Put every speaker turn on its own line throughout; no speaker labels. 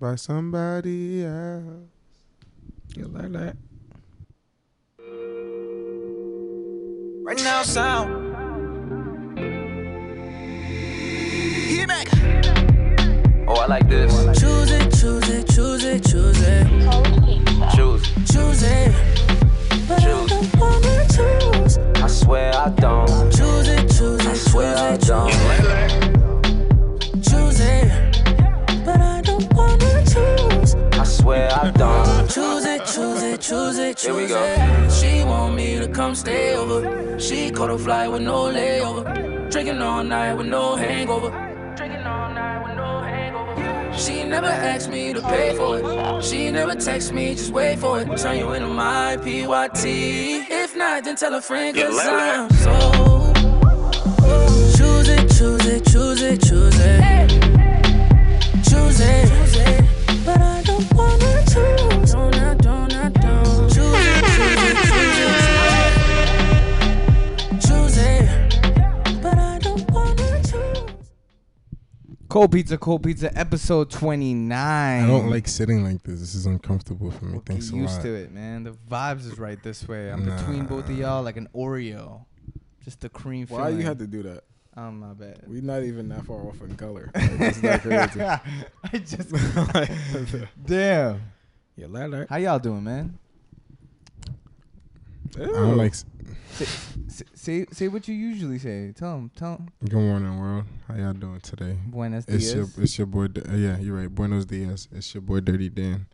by somebody else.
You like that?
Right now, sound. Hit back. Oh, I like this.
Choose it, choose it, choose it, choose it,
Choose.
choose it. But I don't wanna choose.
I swear I don't.
Choose it, choose
I
it,
swear I
choose it,
don't.
choose it. But I don't wanna choose.
I swear I don't.
Choose it, choose it, choose it,
Here we
choose
go.
it. She want me to come stay over. She caught a flight with no layover. Drinking all night with no hangover. Drinking all night with no hangover. She never asked me to pay for it. She never text me, just wait for it. Turn you into my PYT. If not, then tell a friend, cause I'm so. oh. Choose it, choose it, choose it, choose it. Choose it, choose it. But I don't wanna choose. Don't, I don't, I don't. Choose it, choose it, choose it, choose it. Choose it. But I don't wanna choose.
Cold pizza, cold pizza, episode twenty nine.
I don't like sitting like this. This is uncomfortable for me. Thanks a
Get used
lot.
to it, man. The vibes is right this way. I'm between
Nah.
both of y'all like an Oreo, just the cream.
Why
filling.
you had to do that?
Oh my bad.
We're not even that far off in color. Like, that's not crazy.
I just damn.
Your ladder.
How y'all doing, man?
I don't like. s-
Say, say say what you usually say. Tell them. Tell them.
Good morning, world. How y'all doing today?
Buenos
It's
dias.
your it's your boy. D- Uh, yeah, you're right. Buenos dias. It's your boy Dirty Dan,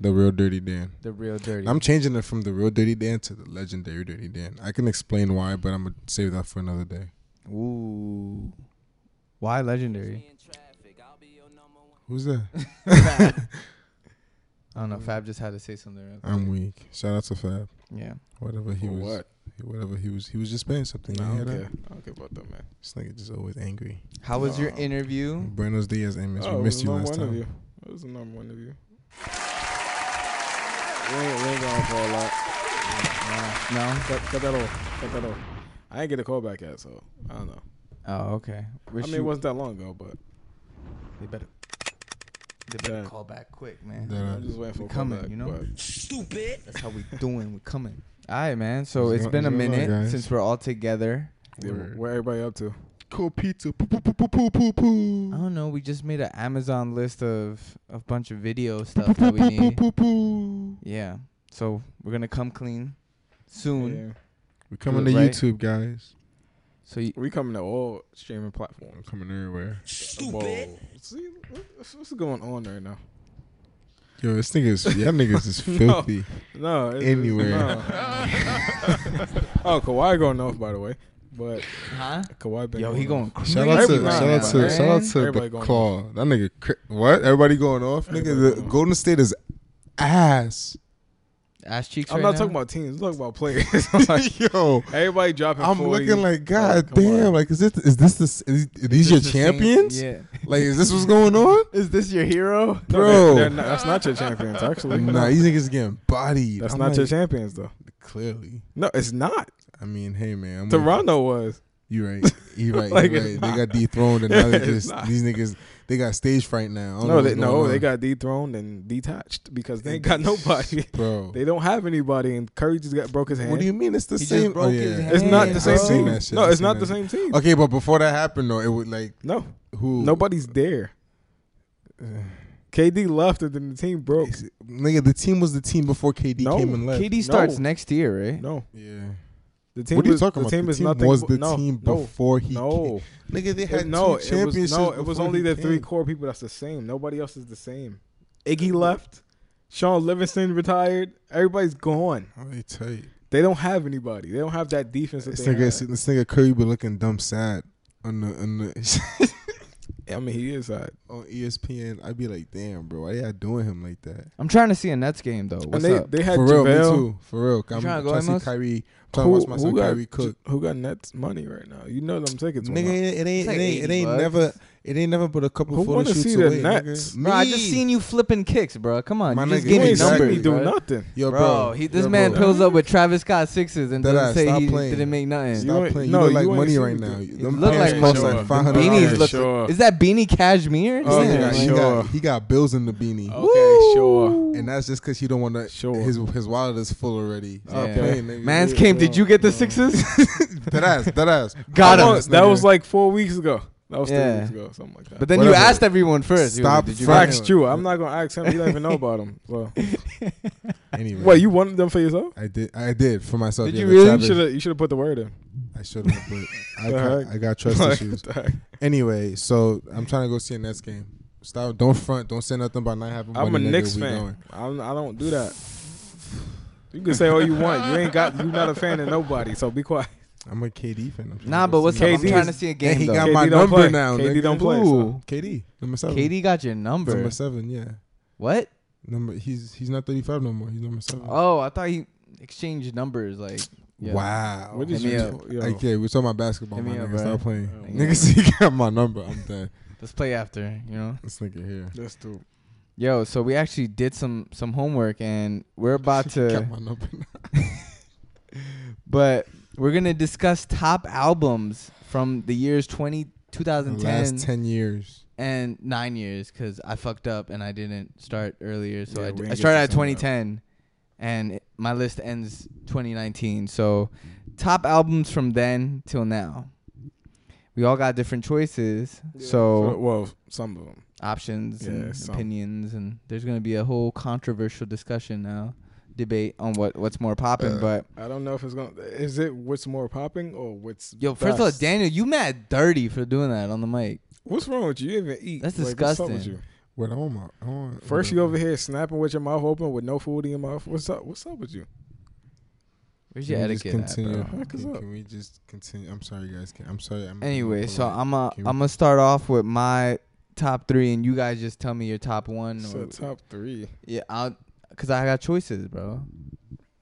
the real Dirty Dan.
the real dirty.
I'm changing it from the real Dirty Dan to the legendary Dirty Dan. I can explain why, but I'm gonna save that for another day.
Ooh. Why legendary?
Who's that?
I don't know. Fab just had to say something. Real quick.
I'm weak. Shout out to Fab.
yeah.
Whatever he
For
was.
what?
Whatever he was. He was just saying something. You
I
hear
don't
that?
care. I don't care about that, man.
This nigga just always angry.
How was your
Wow.
interview?
Buenos dias, Amos.
Hmm. Oh,
we
it
missed
was
you
not
last
one
time.
Of you. It was number one of you. We ain't, we ain't going for a lot.
No.
Cut, cut that off. Cut that off. I ain't get a call back yet, so I don't know.
Oh, okay. Wish
I mean,
you-
it wasn't that long ago, but
They better. They better
Yeah.
call back quick, man.
That, uh,
I'm just waiting for a call
coming,
back.
you know?
but-
That's how we doing. We coming. All right, man. So
What's
it's
go-
been a
what's going on,
minute
guys?
since we're all together.
Yeah,
Word.
where everybody up to?
Cool pizza. Poo, poo, poo, poo, poo, poo, poo.
I don't know. We just made an Amazon list of a bunch of video stuff that we need.
Poo, poo.
Yeah. So we're gonna come clean soon.
Yeah.
We're coming to
Right.
YouTube, guys.
So you,
We coming to all streaming platforms.
I'm coming everywhere.
Whoa. See, what's, what's going on right now?
Yo, this nigga is, y'all niggas is
No.
filthy.
No, it's,
Anywhere.
no. oh, Kawhi going off, by the way. But
huh?
Kawhi been
Yo, he going crazy.
Shout out to,
Everybody
shout out to,
going
shout out to
Everybody
the
going
claw. That nigga, cr- what? Everybody going off?
Everybody
nigga, the
going off.
Golden State is ass.
Ass cheeks.
I'm
right
not
now?
talking about teams. I'm talking about players. I'm like,
Yo,
everybody dropping.
I'm
40.
looking like, God
come
damn,
on.
like, is this, is this the, s- is, are these your
Just the same-
champions?
Yeah.
Like, is this what's going on?
Is this your hero?
No, they're-
Bro.
they're not- that's not your champions. Actually,
nah, these niggas getting bodied.
that's
I'm
not your
like,
champions though.
Clearly.
No, it's not.
I mean, hey, man. I'm with-
Toronto was.
You right. You right.
Like,
you
it's
right. They
not.
got dethroned and now they
It's
just
not.
these niggas they got stage fright now. I don't know
No, they,
what's going
no,
on.
they got dethroned and detached because they ain't got nobody.
bro.
they don't have anybody, and Curry just got broke his hand.
what do you mean? It's the
He just
same.
broke his hand.
It's not the
I've
same
bro.
seen
team.
that shit.
No,
I've
it's
seen
not
that
the same team.
shit. Okay, but before that happened though, it would like
No,
who
nobody's there. KD left, and then the team broke.
It's- Nigga, the team was the team before KD
No,
came and left.
KD starts
No.
next year, right?
No,
Yeah.
the team.
what are you
was,
talking
the
about?
Team
the
is
team
nothing
was
but-
the
no,
team
no,
before he
No,
came. Nigga, they
It-
had
no,
two
it was
championships.
no, it was
before
only
he
the three
came.
core people that's the same. Nobody else is the same. Iggy left. Sean Livingston retired. Everybody's gone.
How they tell you?
They don't have anybody. They don't have that defense that
This
they
nigga,
have.
this nigga Curry been looking dumb sad on the on the
I mean, he is uh, hot.
on ESPN, I'd be like, damn, bro, why y'all doing him like that?
I'm trying to see a Nets game though.
And
What's
they,
up?
they had
For real,
JaVale.
me too. For real. I'm
tryna
trying
go,
to see
Amos?
Kyrie. I'm trying to
Who,
watch my son
who got
Kyrie cook.
who got Nets money right now? You know them tickets.
Nigga, it ain't,
It's like
it ain't, it
80
ain't
bucks.
never, It ain't never but a couple
Who
photo
wanna
shoots
see their
away. nigga.
nuts?
Me.
Bro, I just seen you flipping kicks, bro. Come on,
My
you
nigga,
just
You
gave me
ain't seen
exactly.
me
numbers,
do
bro.
nothing.
Yo,
Bro,
bro,
he,
yo,
this man
bro.
pills up with Travis Scott sixes and
Dead
doesn't
ass,
say
stop
he
playing.
didn't make nothing.
You
Stop
ain't-
playing.
no,
you look
you
like
ain't
money
seen
right
me
now.
do-
Them
look
pants
like
cost
money.
like
The
five hundred
beanies
dollars.
look.
sure.
Is that beanie cashmere?
Oh,
Something
yeah,
like
he,
that.
sure.
got, he got bills in the beanie,
Okay, sure.
and that's just because he don't want to.
Sure.
His his wallet is full already. Stop
Yeah.
playing, nigga.
Man's came. Did you get the sixes?
That ass. That ass.
Got
Come on,
him.
Honest,
That
nigga.
was like four weeks ago. That was
Yeah.
three weeks ago, something like that.
But then you
Whatever.
asked everyone first. You were
Stop
like, Did you
fucking-
get
Facts true. I'm not gonna ask him. He don't even know about him. So.
Anyway,
Wait, you wanted them for yourself?
I did. I did for myself.
Did
yeah,
you
the
really?
You
Travis-
should have. You should have put the word in.
I should have, but I
The
got,
heck?
I got trust
Like,
issues.
the heck?
Anyway, so I'm trying to go see a Nets game. Stop! Don't front. Don't say nothing about not having.
I'm a
money, nigga.
Knicks
We
fan.
going.
I'm, I don't do that. You can say all you want. You ain't got. You not a fan of nobody. So be quiet.
I'm a KD fan. I'm trying
Nah,
to go
but what's
see him.
up? I'm
KD
trying
is-
to see a
And
game
he
though.
got
KD
my
don't
number
play.
now.
KD
nigga.
don't play, so-
Ooh. KD number seven.
KD got your
number
number.
seven. Yeah,
What?
number. He's he's not 35 no more. He's number seven.
Oh, I thought he exchanged numbers. Like, yeah.
Wow.
What
is Hit me your-
up. yo.
Okay, we're talking about basketball.
Hit
My
me up,
nigga, stop
bruh.
playing.
Oh,
Nigga, see, you got my number. I'm dead.
Let's play after. You know.
This nigga here.
That's too.
Yo, so we actually did some some homework, and we're about to.
Got my number.
but we're gonna discuss top albums from the years 20,
The
2010
last 10 years.
and nine years because I fucked up and I didn't start earlier, so
Yeah,
I
we
d- I,
didn't get
started
to
at
sum it
twenty
up.
ten, and it- my list ends twenty nineteen. So, top albums from then till now. We all got different choices,
Oh.
so
well, some of them.
options
Yeah,
and
some.
opinions, and there's gonna be a whole controversial discussion now, debate on what what's more popping.
Uh,
but
I don't know if it's gonna. Is it what's more popping or what's?
yo, first of all,
best?
Daniel, you mad dirty for doing that on the mic.
What's wrong with you? You even eat.
That's
what's up with
disgusting.
you?
What I want my. I want,
First, you over here snapping with your mouth open with no food in your mouth. What's up? What's up with you?
Where's
Can
your
we just
etiquette, at,
continue?
bro?
bro? Fuck is
Can,
up?
can we just continue? I'm sorry, guys. Can, I'm sorry. I'm
Anyway, so
polite.
I'm a,
Can
I'm
we-
gonna start off with my top three, and you guys just tell me your top one.
So
Or,
top three.
yeah, I'll, cause I got choices, bro.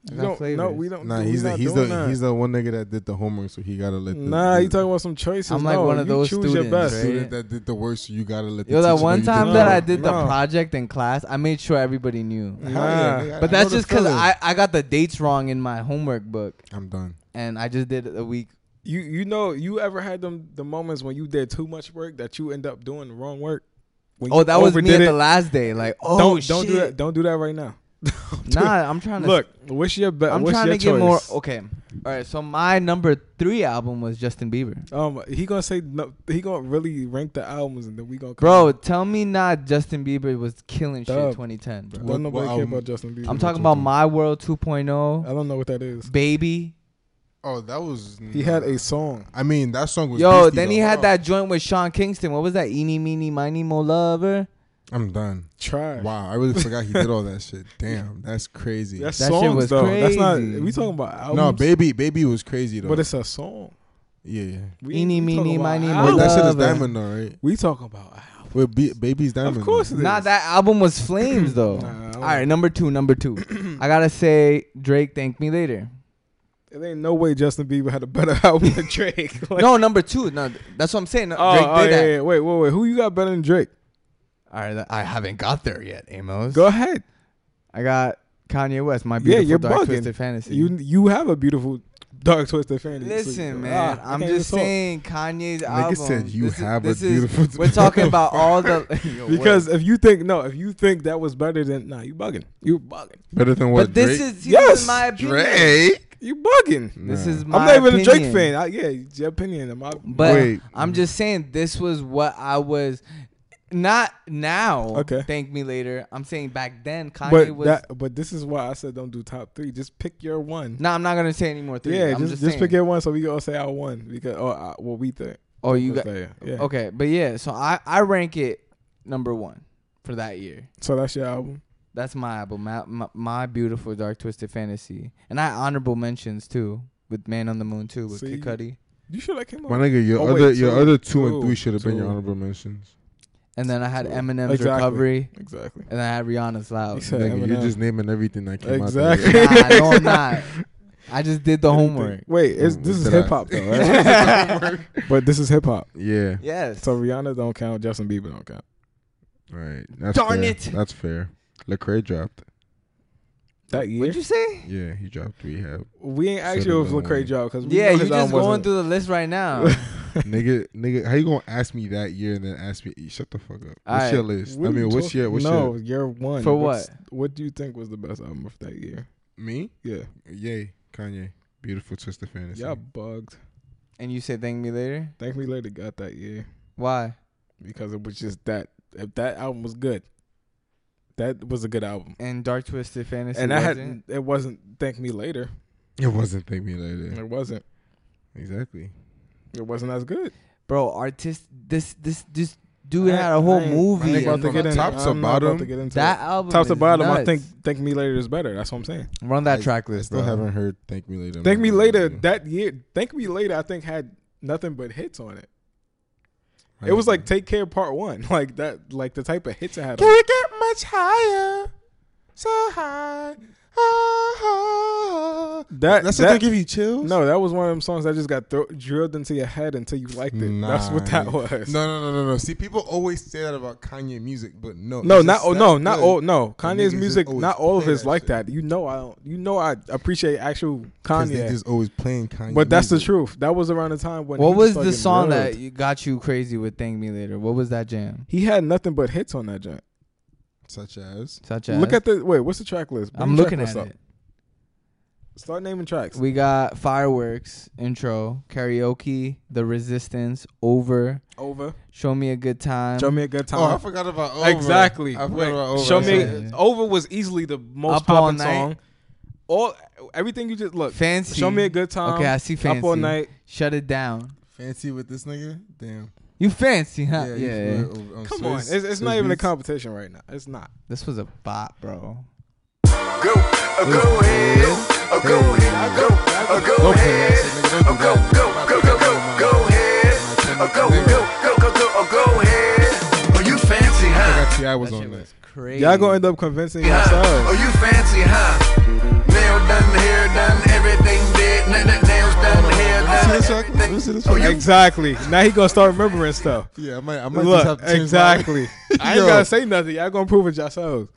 I
You
got
don't, no,
flavors.
we don't.
Nah,
do- we
he's the
not
he's the
doing that.
he's the one nigga that did the homework, so he gotta let. The,
Nah,
the,
you talking about some choices.
I'm like
no,
one of
you
those
choose
students,
your best.
right?
student that did the worst. So you gotta let. The
Yo, that
teacher know
one
you did
time
the
that
no,
I
homework.
did the
no.
project in class, I made sure everybody knew.
Hell yeah,
Nah.
nigga, I
But
know
that's
the
just cause
feeling.
I I got the dates wrong in my homework book,
I'm done.
and I just did it a week.
You you know you ever had them the moments when you did too much work that you end up doing the wrong work. When
Oh,
you
that was me
overdid
at the
it?
last day. Like, oh
don't
shit.
don't do that. Don't do that right now.
Nah, I'm trying to
Look, what's your best?
I'm
what's
trying
your
to get more.
choice?
Okay, all right. So my number three album was Justin Bieber.
Um, he gonna say no. He gonna really rank the albums, and then we gonna come
Bro, tell me not Justin Bieber was killing shit
Dub.
2010, bro.
Don't
What-
nobody
what
care
album?
about Justin Bieber.
I'm
What
talking
you
about
do?
My World
I
2.0,
don't know what that is.
Baby.
Oh, that was.
He had a song.
I mean, that song was.
Yo,
beastie,
then he
though.
had that joint with Sean Kingston. What was that? Eeny, meeny, miny, mo lover.
I'm done.
Try.
Wow, I really forgot he did all that shit. Damn, that's crazy.
That's
That shit
songs
was
though. That's not.
crazy.
We talking about albums.
no, baby, baby was crazy though.
But it's a song.
yeah, yeah.
We,
Eeny,
we talking
meeny,
about
miny,
albums.
Wait, that shit is
Love it.
diamond though, right?
We talking about albums.
Wait, B- baby's diamond.
Of course, it is.
Nah, that album was flames, though.
Nah, I don't-
All right, number two, number two. I gotta say, Drake, thank me later.
It ain't no way Justin Bieber had a better album than Drake. Like,
No, number two. No, that's what I'm saying. No,
oh,
Drake
oh,
did
yeah,
that.
yeah. Wait, wait, wait. Who you got better than Drake?
All right, I haven't got there yet, Amos.
Go ahead.
I got Kanye West, my
Yeah,
beautiful
you're
dark
bugging.
twisted fantasy.
You you have a beautiful dark twisted fantasy.
Listen,
Ah,
man,
I
I'm
can't even
just
talk.
saying Kanye's album.
Nigga said you
this is-
have a
this is-
beautiful.
We're talking about all the Yo, what?
Because if you think no, if you think that was better than nah, you bugging. You bugging.
better than what?
But this
Drake?
is see, this
Yes,
is my opinion.
Drake.
You bugging.
This
Nah.
is my
I'm not even a Drake
opinion.
fan. I, yeah, it's your opinion. I'm out.
But
Wait.
I'm just saying this was what I was not now.
Okay.
Thank me later. I'm saying back then Kanye
but
was
that, but this is why I said don't do top three. Just pick your one.
No, I'm not gonna say any more three.
yeah,
I'm
just
just,
just,
saying.
pick your one so we can all say our one because oh uh, what we think.
Oh you
Let's
got
say, yeah.
Okay, but yeah, so I, I rank it number one for that year.
So that's your album.
That's my album, my, my, my beautiful dark twisted fantasy, and I honorable mentions too with Man on the Moon too with
See?
Kid Cudi,
You should have came up.
My nigga, your
Oh, wait,
other your
two,
other two, and
two,
three should have been your
two.
honorable mentions.
and then I had
Cool.
Eminem's
Exactly.
recovery,
Exactly.
and I had Rihanna's loud.
He said- Yeah,
nigga, you're
Eminem.
just naming everything that came
Exactly.
out.
nah, no, I'm not. I just did the homework.
Wait, it's,
Mm,
this is
did I-
hip hop though, right? but this is hip hop.
Yeah.
Yes.
So Rihanna don't count. Justin Bieber don't count.
Right. That's
Darn
fair.
it.
That's fair. Lecrae dropped.
That year,
What'd you say?
Yeah, he dropped rehab.
we ain't asked
Should've
you if
been uh,
Lecrae
one.
dropped because
Yeah, you just going through the list right now.
nigga, nigga, how you gonna ask me that year and then ask me? Shut the fuck up. What's
Alright.
your list? I mean, what's your what's
no,
your
your one
For
What's- What do you think was the best album of that year?
me?
Yeah,
Yay, Kanye, beautiful twist of fantasy.
y'all bugged.
and you said thank me later.
Thank me later got that year
Why?
because it was just that. If that album was good, that was a good album.
And dark twisted fantasy.
and I had
wasn't?
it wasn't Thank Me Later.
It wasn't Think Me Later.
It wasn't.
Exactly.
It wasn't as good.
bro, artist. This this this dude
I-
had a whole
I ain't-
I
movie.
ain't about
and
to get
fuck-
in- top to bottom,
that album.
top to
is
bottom, I
nuts.
think Thank Me Later is better. That's what I'm saying.
run that
I-
track
I
list.
still
Bro.
haven't heard Thank Me Later.
Thank Me
Man,
Later
man.
that year. Thank Me Later, I think had nothing but hits on it.
I
It was
don't
like Take Care Part One, like that, like the type of hits I had.
Can
on it.
we get much higher? So high.
ah,
Ah,
That-
that's
that-
what they give you chills.
No, that was one of them songs that just got thro- drilled into your head until you liked it. That's what that
Nah.
was.
No, no, no, no, no. See, people always say that about Kanye music, but no.
No,
it's
not
just
oh
that
no, not
good.
all no. Kanye's
niggas just
music,
always
not all of
play
it's
that
like
shit.
that. You know, I don't, you know, I appreciate actual
'Cause They
Kanye,
just always playing Kanye.
but that's the
music.
truth. That was around the time when
What
he
was
started
the
getting
song
drilled.
that you got you crazy with "Thank Me Later"? What was that jam?
he had nothing but hits on that joint.
Such as
Such as
Look at the wait. What's the track list? Bring
I'm
the track
looking at
list up.
it.
Start naming tracks.
We got fireworks intro, karaoke, the resistance, over,
Over.
show me a good time,
Show me a good time.
oh, I forgot about over.
Exactly.
I forgot
Wait,
about over.
Show me
Yeah.
over was easily the most
Up All
popping
Night.
song. All everything you just look.
fancy.
Show me a good time.
Okay, I see fancy.
Up all night.
Shut it down.
fancy with this nigga. Damn.
You fancy, huh? Yeah.
you
yeah.
feel it over-
Come
Swiss-
on, it's, it's not
Swiss
even a
beats.
competition right now. It's not.
This was a bop, bro.
Go, uh, go ahead, uh, go ahead, go, uh, go ahead, uh, go, go, go, go, go, go ahead, uh, go, go, go, go, go, uh, go ahead. Oh, you fancy, huh?
Forgot T.I. was on that.
was crazy.
Y'all gonna end up convincing
Huh? Oh,
yourselves.
you fancy, huh? Nail done, hair done, everything did. Na- na- Nails done, hair
Let me see this
done.
track. Let me see this
Oh,
track.
you-
Exactly. Now he gonna start remembering stuff.
Yeah, I might. I might just have
Look,
to change my-
exactly. I ain't
Yo.
gotta say nothing. Y'all gonna prove it yourselves.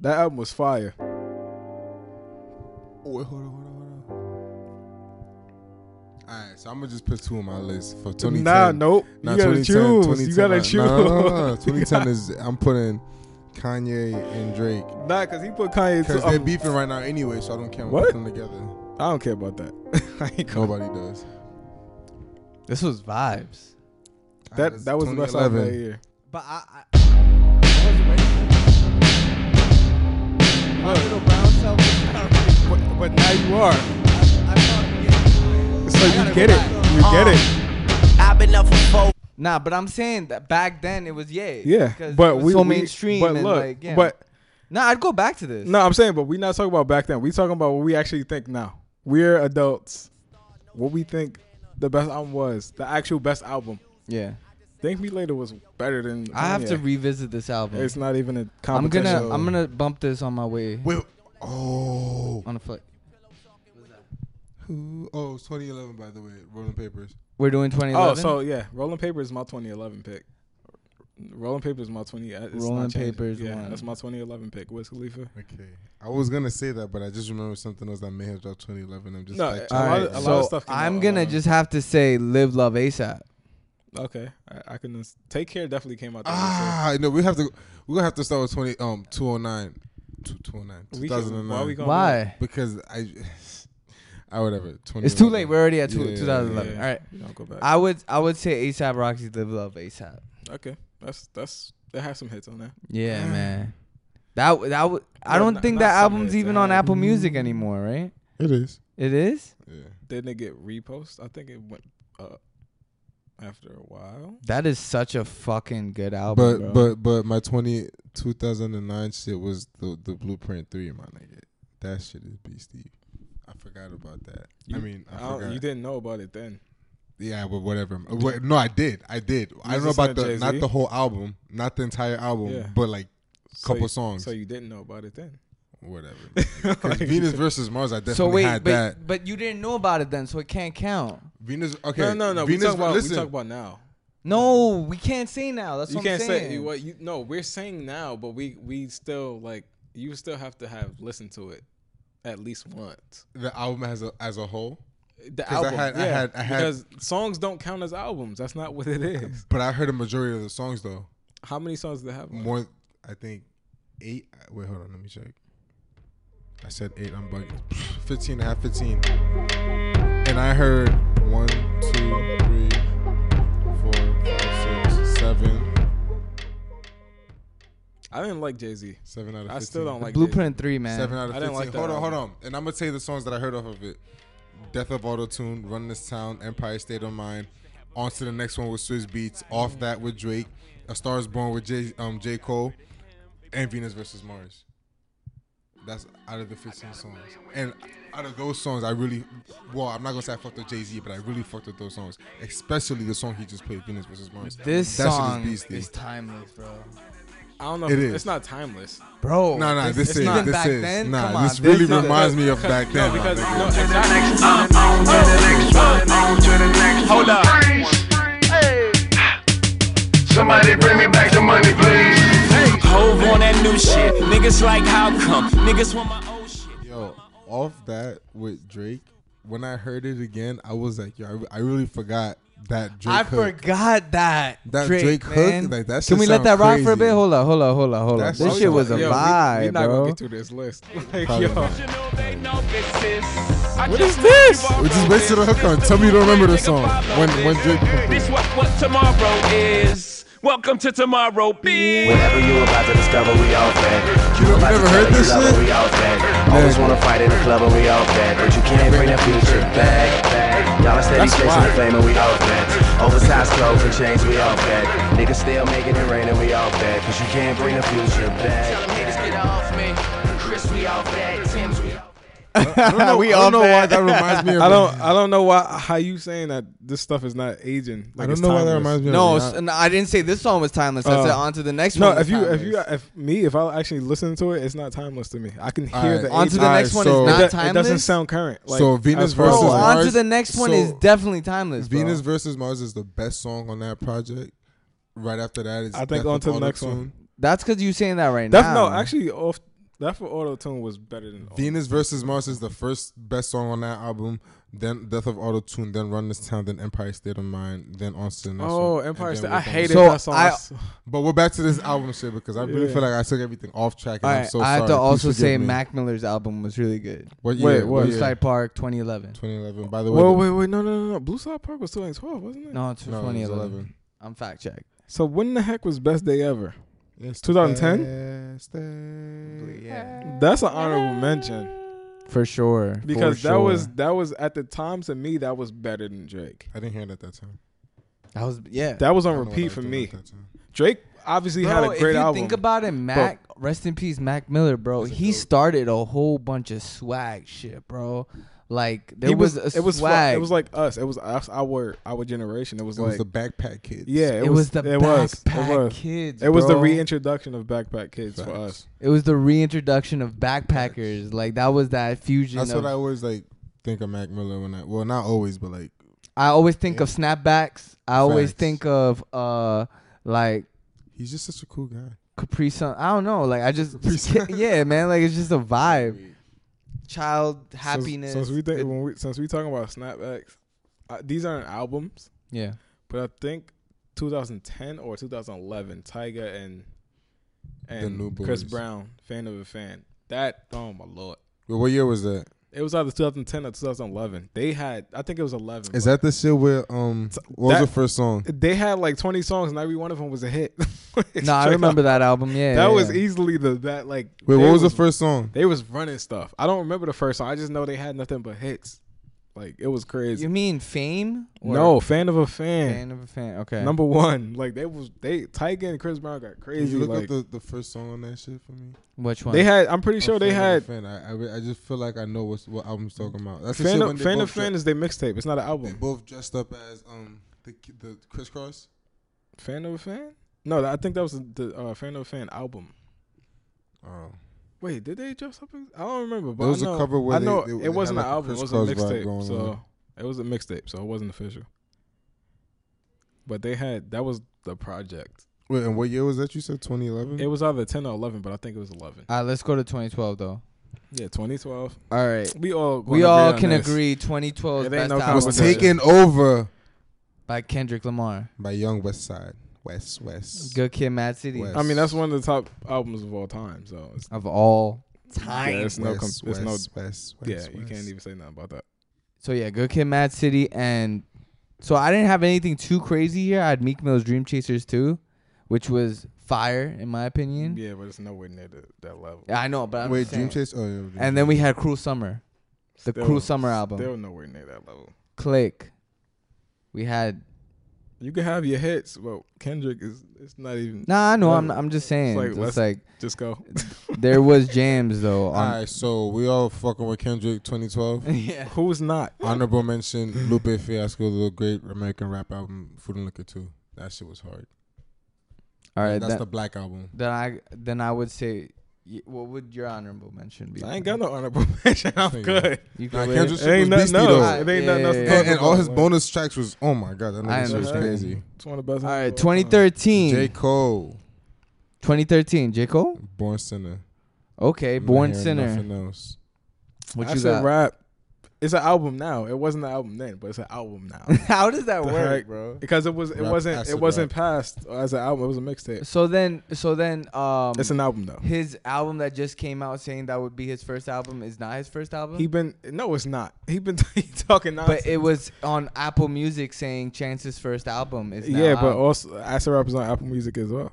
That album was fire.
Oh, wait, hold on, hold on, hold on. All right, so I'm gonna just put two on my list for 2010.
Nah, nope. You gotta choose. You gotta choose.
No, no, no, no. 2010 is I'm putting Kanye and Drake
Nah, cause he put Kanye.
because
To,
they're
um,
beefing right now anyway, so I don't care. I'm
What?
putting them together.
I don't care about that. I ain't gonna-
Nobody does.
This was vibes.
Alright,
that that was the best album of that
2011.
year.
But I,
But, but now you are. So you get it. You get it.
I've been up for four.
nah, but I'm saying that back then it was yay.
Yeah.
'Cause
But
it was
we
so
we-
mainstream.
But
and
look,
like, yeah.
but
nah, I'd go back to this.
No, I'm saying, but we not talking about back then. We talking about what we actually think now. We're adults. What we think the best album was, the actual best album.
Yeah,
Think Me Later was better than.
I have to
Kanye.
revisit this album.
It's not even a
I'm
competition.
gonna I'm gonna bump this on my way
Wait. Oh.
on a flight.
Who? Oh, it's 2011 by the way. Rolling Papers.
We're doing 2011.
Oh, so yeah, Rolling Paper is my 2011 pick. Rolling Paper is my 20. It's not
Rolling
changing.
Paper is
yeah,
one.
That's my 2011 pick. Wiz Khalifa.
Okay. I was gonna say that, but I just remembered something else that may have dropped 2011. I'm just
No,
like,
a lot of-
Alright,
a lot
so
of stuff came
I'm
out uh,
gonna
around-
just have to say live love ASAP.
Okay, I, I can just- take care. Definitely came out. that
ah,
year,
no, we have to. We're gonna have to start with 20 um 209, Two- 209,
too. We can-
2009.
why we gonna-
Why?
because I, I whatever. 20
It's too late. We're already at two,
Yeah,
2011.
yeah.
All right.
we don't go back.
I would I would say ASAP Rocky live love ASAP.
okay, that's that's. It has some hits on there.
Mm-hmm. Mm.
Yeah, man. That w- that w- I
Well,
don't
not-
think
not
that
some
album's
hits,
even
uh,
on
Mm.
Apple Music anymore, right?
It is.
It is.
Yeah.
Didn't it get repost? I think it went up after a while.
That is such a fucking good album.
But
bro.
but but my 20 2009 shit was the the Blueprint three, my nigga. That shit is beastie. I forgot about that. I mean, I,
I don't-
forgot.
you didn't know about it then.
Yeah, but whatever. Uh, wait, no, I did. I did. I don't know
just
about
said
the not
Jay-Z.
the whole album, not the entire album,
Yeah.
but like
So
couple
you-
songs.
So you didn't know about it then.
whatever. 'Cause Venus versus Mars, I definitely
So wait,
had
but
that.
but you didn't know about it then, so it can't count.
Venus, okay.
No, no, no.
Venus,
we talk about
listen,
we talk about now.
No, we can't say now. That's
You
what I'm
can't
saying.
say what you. No, we're saying now, but we we still like you still have to have listened to it at least once.
the album as a, as a whole.
The
'Cause I
album,
had- I
yeah,
had- I had-
because songs don't count as albums. That's not what it is.
But I heard a majority of the songs though.
How many songs do they have?
More, I think eight. Wait, hold on, let me check. I said eight. I'm bugging. 15, I have 15. And I heard one, two, three, four, five, six, seven,
I didn't like Jay Z.
seven out of 15.
I still don't like Jay-Z.
Blueprint three, man.
Seven out of
I didn't
fifteen.
like that
hold on, hold
album.
on. And I'm gonna tell you the songs that I heard off of it: "Death of Auto Tune," "Run This Town," "Empire State of Mind." On to the next one with Swiss Beats. Off that with Drake. "A Star Is Born" with J um J Cole, and "Venus versus Mars." That's out of the 15 songs. And out of those songs, I really, well, I'm not gonna say I fucked with Jay Z, but I really fucked with those songs, especially the song he just played, "Venus versus Mars."
This
That shit is
song is,
beastie.
timeless, bro.
I don't know.
It
if-
is.
It's not timeless.
Bro,
No, no, this,
it's
is
not
this
back
is
then.
nah.
Come on,
this really
no,
reminds
no,
me of back then. my
No, because
nigga.
no, exactly.
On to the next one, on to the next Hold up. Somebody bring me back the money, please.
Hove on that new shit. Niggas like how come? Niggas want my old shit.
Yo, off that with Drake, when I heard it again, I was like, yo, I, re- I really forgot that Drake.
I
hook.
forgot that.
That
Drake,
Drake hook,
man.
like, that
Can
shit
we let
sound
that rock for a
crazy.
bit? Hold up, hold up, hold up, hold up.
That's
This
why
shit
we-
was a
yo, we- we
vibe,
We're not
bro.
gonna get through this list. Like,
Probably
yo,
not.
What is this?
We just wasted a hook on. Tell me you don't remember the song when when Drake. hooked
This
it.
what what tomorrow is. Welcome to tomorrow, bitch.
Whatever you about to discover, we all fed. You
don't- you
about to
never heard
tell
this
you love her,
shit?
We all fed. Always wanna fight in the club, and we all fed. But you can't bring that future back. Y'all are steady chasing the flame, and we all fed. Oversized clothes and chains, we all fed. Niggas still making it rain, and we all fed. Cause you can't bring the future back. Tell them niggas get off me. Chris, we all fed. Tim's, we all
I don't know,
We
I
all
don't know why
bad.
that reminds me of.
I don't. I don't know why. How you saying that this stuff is not aging? Like,
I don't
it's
know why that
timeless.
reminds me of.
No,
Rihanna.
s- no, I didn't say this song was timeless. I
Uh,
said on to the next
No,
one.
if
was
you if you
timeless.
if me if I actually listen to it, it's not timeless to me. I can hear
Alright.
the
On
on
age.
to
It
the
Alright,
next one
so-
is
It
not
do-
timeless.
it doesn't sound current. Like,
So Venus
as far as
versus
Bro,
like-
on to
Mars-
the next one is
so-
definitely timeless. bro.
Venus versus Mars is the best song on that project. Right after that is
I think
Death
on
of
to the next
Auto-Tune.
one.
That's because you saying that right
Def,
now.
no, actually, off that for auto tune was better than Auto-
Venus versus Mars is the first best song on that album. Then Death of Auto Tune. Then Run This Town. Then Empire State of Mind. Then on to the next
Oh,
one, and
Empire
then
State.
we're
I
done.
hated
So
that song.
I-
But we're back to this album shit because I really
Yeah.
feel like I took everything off track. And
All
I'm
right,
so
I have
sorry.
to
Please
also
forgive
say
me.
Mac Miller's album was really good.
What
Wait,
year?
what?
year?
Westside Park, 2011.
2011. By the way,
Whoa,
the-
wait, wait, no, no, no, no. Blue Side Park was 2012, wasn't it?
No, it's
no, it was
2011.
11.
I'm fact checked.
So when the heck was Best Day Ever?
Yes,
2010?
yes, yes.
Yeah,
That's an honorable mention
for sure.
because
for
that was
sure.
that was at the time to me that was better than Drake.
I didn't hear it at that time.
that was yeah.
That was
I
on
don't know what I
repeat
was
for
doing
me.
at that time.
Drake obviously
Bro,
had a great
if you
album.
think about it, Mac, rest in peace, Mac Miller, bro.
That's a
He
goat.
started a whole bunch of swag shit, bro. Like there
He
was, a
it was fly-
swag.
it was like us. It was us, our our generation. It was
It
like
was the Backpack Kids.
yeah, it,
it, was, the
it was, it
backpack
was.
kids.
It was the
bro.
reintroduction of Backpack Kids for us.
Facts.
It was the reintroduction of backpackers. Like that was that fusion.
That's
of,
what I always like. Think of Mac Miller when I well not always but like
I always think of snapbacks. I always
Facts.
think of uh like
he's just such a cool guy.
Capri Sun. I don't know. Like I just
Capri Sun.
yeah, man. Like it's just a vibe. Child happiness.
Since, since we
It-
think when we since we talking about snapbacks, uh, these aren't albums,
yeah.
but I think 2010 or 2011, Tyga and and
New
Chris
Boys.
Brown, fan of a fan. That oh my lord.
Well, what year was that?
It was either 2010 or 2011. They had, I think it was 11.
Is
but
that the shit where um what was
that-
the first song?
They had like 20 songs, and every one of them was a hit.
No, I remember that album. Yeah.
That
yeah,
was
yeah.
easily the that like.
Wait,
they
what was the first song?
They was running stuff. I don't remember the first song. I just know they had nothing but hits. Like it was crazy.
You mean fame? Or
no, fan of a fan.
Fan of a fan. Okay.
Number one, like they was they Tyga and Chris Brown got
Can
crazy.
you look
Like,
up the, the first song on that shit for me?
Which one?
they had. I'm pretty sure
I'm
they
fan of
had Mm.
a Fan. I, I, re- I just feel like I know what's, what album's talking about. That's the
fan
shit when
of
they
fan
both
of fan
dre-
is their mixtape. It's not an
They
album.
both dressed up as um the ki- the crisscross.
Fan of a fan. No, I think that was the uh, fan of a fan album.
Oh,
Wait, did they dress up? ex- I don't remember. But
There was
I
a
know,
cover where
I
they-
know
they- they
it wasn't
had
an
like a
album. It was a
crisscross vibe
mixtape.
going
So
on.
it was a mixtape. So it wasn't official. But they had that was the project.
Wait, and what year was that? You said 2011.
It was either ten or eleven, but I think it was eleven.
All right, let's go to 2012 though.
Yeah, 2012.
All right,
We all
we
gonna
all
on
can
this.
agree 2012 's
It ain't
best
no
album
was
competition.
taken over
by Kendrick Lamar.
by Young West Side. West West.
Good Kid, Mad City
West.
I mean, that's one of the top albums of all time. So it's,
of all
yeah,
time.
it's no, com-
West,
it's no,
West, West,
yeah,
West,
you
West.
can't even say nothing about that.
So yeah, Good Kid, Mad City, and so I didn't have anything too crazy here. I had Meek Mill's Dream Chasers too, which was fire in my
Mm-hmm.
opinion.
Yeah, but it's nowhere near the, that level.
Yeah, I know, but I'm
Wait,
saying.
Dream Chase. Oh, yeah, Dream
And then we had Cruel Summer, the
Still-
Cruel Summer album,
Still nowhere near that level.
Click. We had
You can have your hits, but Kendrick is it's not even.
nah, I know. I'm
Whatever.
I'm just saying.
like,
It's
let's-
like
Just go.
there was jams though.
All
On,
right, so we all fucking with Kendrick 2012.
yeah.
Who's not?
Honorable mention: Lupe Fiasco, the great American rap album, Food and Liquor Too. That shit was hard.
All right.
That's
Then,
the black album.
then I then I would say, y- what would your honorable mention be?
I ain't got no honorable mention. I'm good.
Nah,
You can wait.
Kendrick
It
shit was
ain't nothing
beastie
else.
though.
It ain't nothing else. to
Yeah,
talk
And, and all
about.
his
Like,
bonus tracks was oh my god, that
I
nigga shit was
understand.
crazy.
It's one of the best.
All
albums Uh,
right,
of all time.
2013.
J Cole,
2013, J. Cole?
Born Sinner,
Okay,
I'm not
Born
hearing
Sinner.
Nothing else.
What
I
you
said
got?
rap. It's an album now. It wasn't an album then, but it's an album now.
How does that
The
work,
heck?
bro?
because it was it
Rap,
wasn't
acid
it wasn't passed as an album. It was a mixtape.
So then, so then, um,
It's an album though.
his album that just came out saying that would be his first album is not his first album.
He been no, it's not. He been he talking nonsense.
but it was on Apple Music saying Chance's first album is now
yeah, but
out.
also acid rap is on Apple Music as well.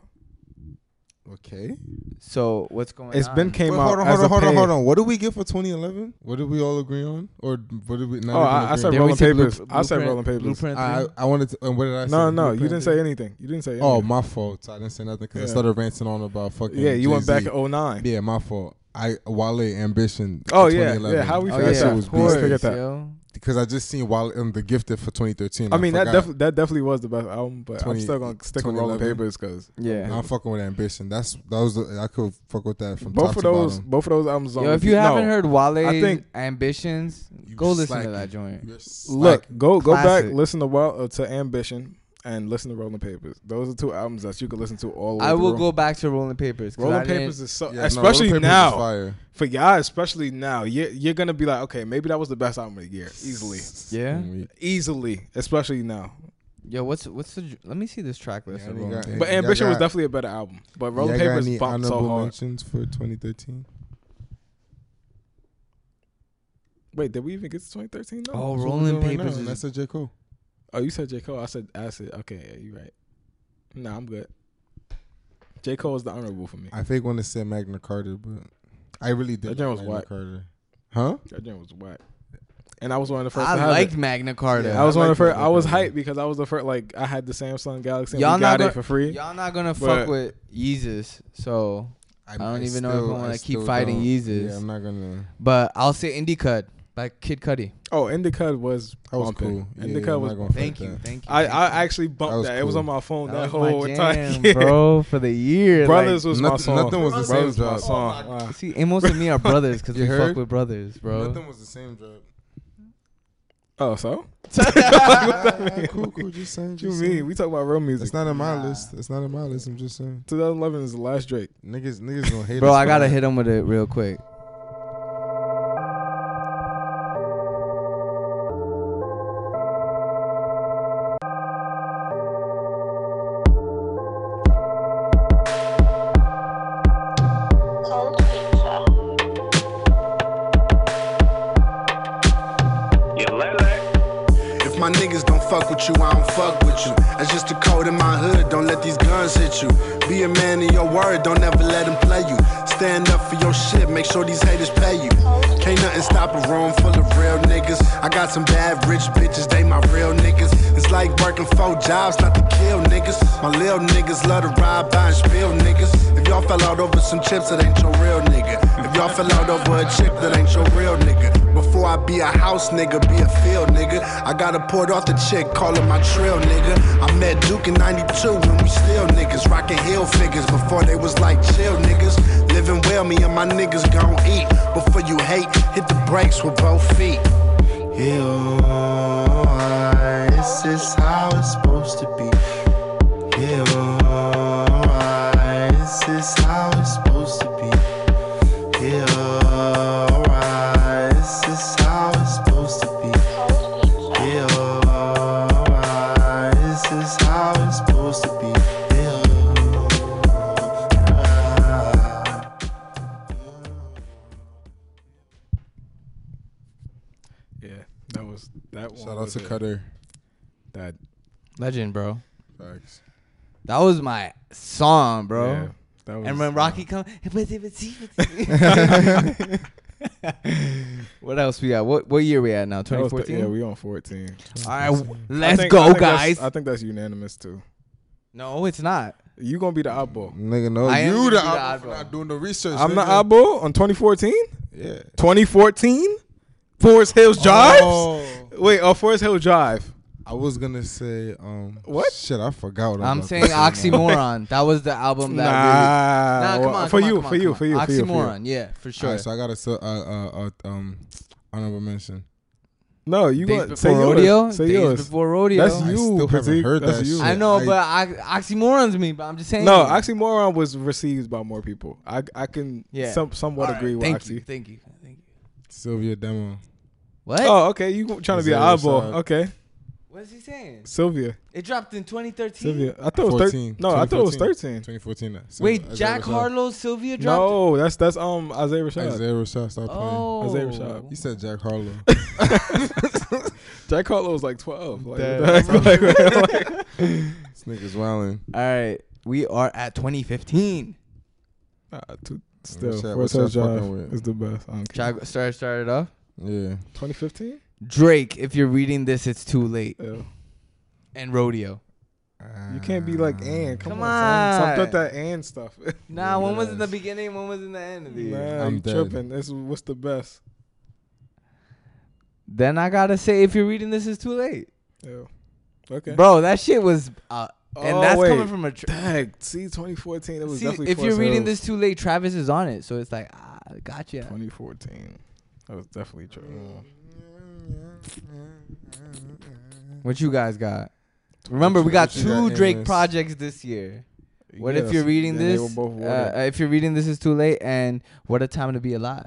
Okay.
so what's going
It's
on?
been came
Wait,
out.
hold on,
as
hold on,
a
hold on,
paid-
hold on. What did we get for 2011? What did we all agree on, or what did we? Not even
Oh, I, I
agree
said
on?
Didn't we
rolling
say Blue-
papers. I said
Blueprint-
rolling papers.
Blueprint
I,
three?
I wanted to. And what did I say?
No, no, you
Blueprint
didn't
did?
say anything. You didn't say anything.
Oh, my fault. I didn't say nothing because I
Yeah.
started ranting on about fucking.
yeah, you went back
Jay-Z.
to 09.
Yeah, my fault. I Wale ambition.
Oh,
for
yeah,
2011.
yeah, how we
Oh
forgot
that
yeah,
shit
that?
was
of course,
beast.
Forget that.
yo.
because I just seen Wale in the gifted for 2013.
I mean that
forgot.
definitely that definitely was the best album, but I'm
20
still gonna stick with rolling
2011.
papers because
Yeah.
I'm fucking with ambition. That's that was the, I could fuck with that from
both
top
of
to
those
bottom.
both of those albums. on
Yo, if you
repeat- no.
haven't heard Wale,
I think-
ambitions,
You
go listen to
slacking.
that joint.
You're
Look,
slacking.
go go
classic.
back, listen to Wild, uh, to Ambition, and listen to Rolling Papers. Those are two albums that you can listen to all. The way
I will
through.
go back to Rolling Papers. 'cause I
Rolling
didn't-
Papers is so,
Yeah, no, Rolling
especially
Papers is
now
fire.
for y'all, especially now. You're, you're gonna be like, okay, maybe that was the best album of the year, easily,
Yeah.
Mm,
easily, especially now.
Yo, what's what's the? Let me see this track list.
Yeah,
of
they
Rolling
got-
Papers.
But
y'all
Ambition was
got-
definitely a better album. But
Y'all
Rolling
got
Papers
any
bumped so
honorable
hard.
mentions for 2013?
Wait, did we even get to 2013 though?
oh,
That's what we're
Rolling
doing right now,
Papers
and
is
That's a J Cole.
Oh, you said J Cole. I said Acid. Okay, yeah, you right. Nah, I'm good. J Cole is the honorable for me.
I think want to say Magna Carta, but I really did.
That joint
like Magna
was whack.
Carta. Huh?
That joint was whack. And I was one of the first.
I
to have
liked
it.
Magna Carta.
Yeah,
I was
I
one
like
of the first.
that
I was
record.
hyped because I was the first. Like I had the Samsung Galaxy. And
Y'all
we
not
got
gonna-
it for free.
Y'all not gonna fuck
But-
with Yeezus, so
I,
don't even know if I wanna keep
still
fighting
don't.
Yeezus.
Yeah, I'm not gonna.
but I'll say Indie Cut by Kid Cudi.
Oh, Indica was
That was
bumping.
cool. Yeah,
Indica
I'm
was.
not gonna
Thank
fight
you,
that.
thank you.
I,
thank
I
you.
actually bumped
That
that.
was
It was
cool.
on my phone
That
that,
was my
whole entire
jam,
year.
bro, for the year.
Brothers was my
nothing-
song.
nothing was the same
Brothers
drop.
was my song.
Oh my
Wow.
like, see, Amos and me are brothers because
You
we
heard?
fuck with brothers, bro.
Nothing was the same drop.
Oh, so
cool, cool. Just saying.
what you
just
mean?
saying.
We talk about real music.
It's not in my list. It's not in my list. I'm just saying.
2011 is the last Drake.
Niggas, niggas gonna hate
Bro,
us
I
for
gotta
that.
hit him with it real quick.
Cold pizza.
If my niggas don't fuck with you, I don't fuck with you. That's just the code in my hood, don't let these guns hit you. Be a man in your word, don't ever let them play you. Stand up for your shit, make sure these haters pay you. Can't nothing stop a room full of real niggas. I got some bad rich bitches, they my real niggas. It's like working four jobs, not to kill niggas. My lil niggas love to ride by and spill niggas. If y'all fell out over some chips, it ain't your real nigga. If y'all fell out over a chip, that ain't your real nigga. Before I be a house nigga, be a field nigga. I got a port off the chick, call her my trail nigga. I met Duke in 92 when we still niggas. Rockin' hill figures before they was like chill niggas. Living well, me and my niggas gon' eat. Before you hate, hit the brakes with both feet. Yeah, this is how it's supposed to be. Yeah, this is how it's supposed to be. Yeah, this is how it's supposed to be. Yeah, this is how it's supposed to be. Yeah.
Yeah, that was that one.
Shout out
was
to
it.
Cutter.
That
Legend, bro.
Facts.
That was my song, bro.
yeah, that was,
And when Rocky come, what else we got? What what year we at now?
that was the-
2014.
yeah, we on fourteen.
All right, w-
I
let's
think- I
go,
think that's-
guys.
I think that's unanimous too.
no, it's not.
You gonna be the oddball?
Nigga, no,
I am
you the
gonna be the
oddball for
oddball.
not doing the research.
I'm the
nigga.
oddball on 2014.
Yeah.
2014. Forest Hills Drive.
Oh.
Wait, oh Forest Hill Drive.
I was gonna say um
What?
Shit, I forgot. What I
I'm
was
saying
about to say, man.
oxymoron. that was the album that.
Nah,
really, nah, come
well,
on,
for
come on,
you,
come on,
for you,
come on.
for you, for you, for you.
Oxymoron, yeah, for sure.
Alright, so I got a uh, uh, uh, um honorable mention.
No, you
Days
gonna
before
say yours.
rodeo.
Say
Days
yours.
before rodeo.
That's
I
you.
still haven't
Pratik.
heard
That's
that
you.
shit.
I know,
I-
but I, oxymorons me. But I'm just saying.
No, oxymoron was received by more people. I I can
Yeah.
some, somewhat
All right,
agree with
thank
oxy.
you, thank you, thank you.
Sylvia demo.
What?
Oh, okay. You trying to be
Zero
an oddball?
side.
Okay,
What is he saying?
Sylvia.
It dropped in 2013.
Sylvia. I thought it was 13. No, I thought it was 13.
2014. that. Sylvia-
Wait,
Isaiah
Jack
Rashad.
Harlow, Sylvia dropped. it?
No, that's that's um Isaiah Rashad.
Isaiah Rashad, stop playing.
Oh,
Isaiah Rashad.
You said Jack Harlow.
Jack Harlow was like 12. Like,
Damn.
like, like,
this nigga's wildin'.
All right, we are at 2015.
nah,
Uh,
too, still,
What's that-
Forest
what's
Hills
that fucking
Drive
with?
is the best. I don't care.
Should I start start it off?
Yeah.
2015?
Drake, if you're reading this, it's too late.
Ew.
And rodeo.
You can't be
Ah,
like, and come,
Come
on. son. Stop
on.
with that and stuff.
Nah, one was in the beginning, one was in the end of the year.
nah,
I'm
you
dead.
tripping. This is what's the best.
Then I gotta say, if you're reading this, it's too late,
Ew. Oh, Okay.
bro. That shit was, uh, and
Oh,
that's coming
wait.
from a. Tra-
Dang, see, 2014, it was
See,
definitely
if you're
Forest
reading
Hills.
this too late, Travis is on it, so it's like, ah, gotcha.
2014. That was definitely true.
What you guys got? Remember, we got
What you got
two
in
Drake
this?
projects this year. What if
Yes,
you're reading
and they
this?
were both water.
uh, uh, if you're reading this, it's too late. And what a time to be alive.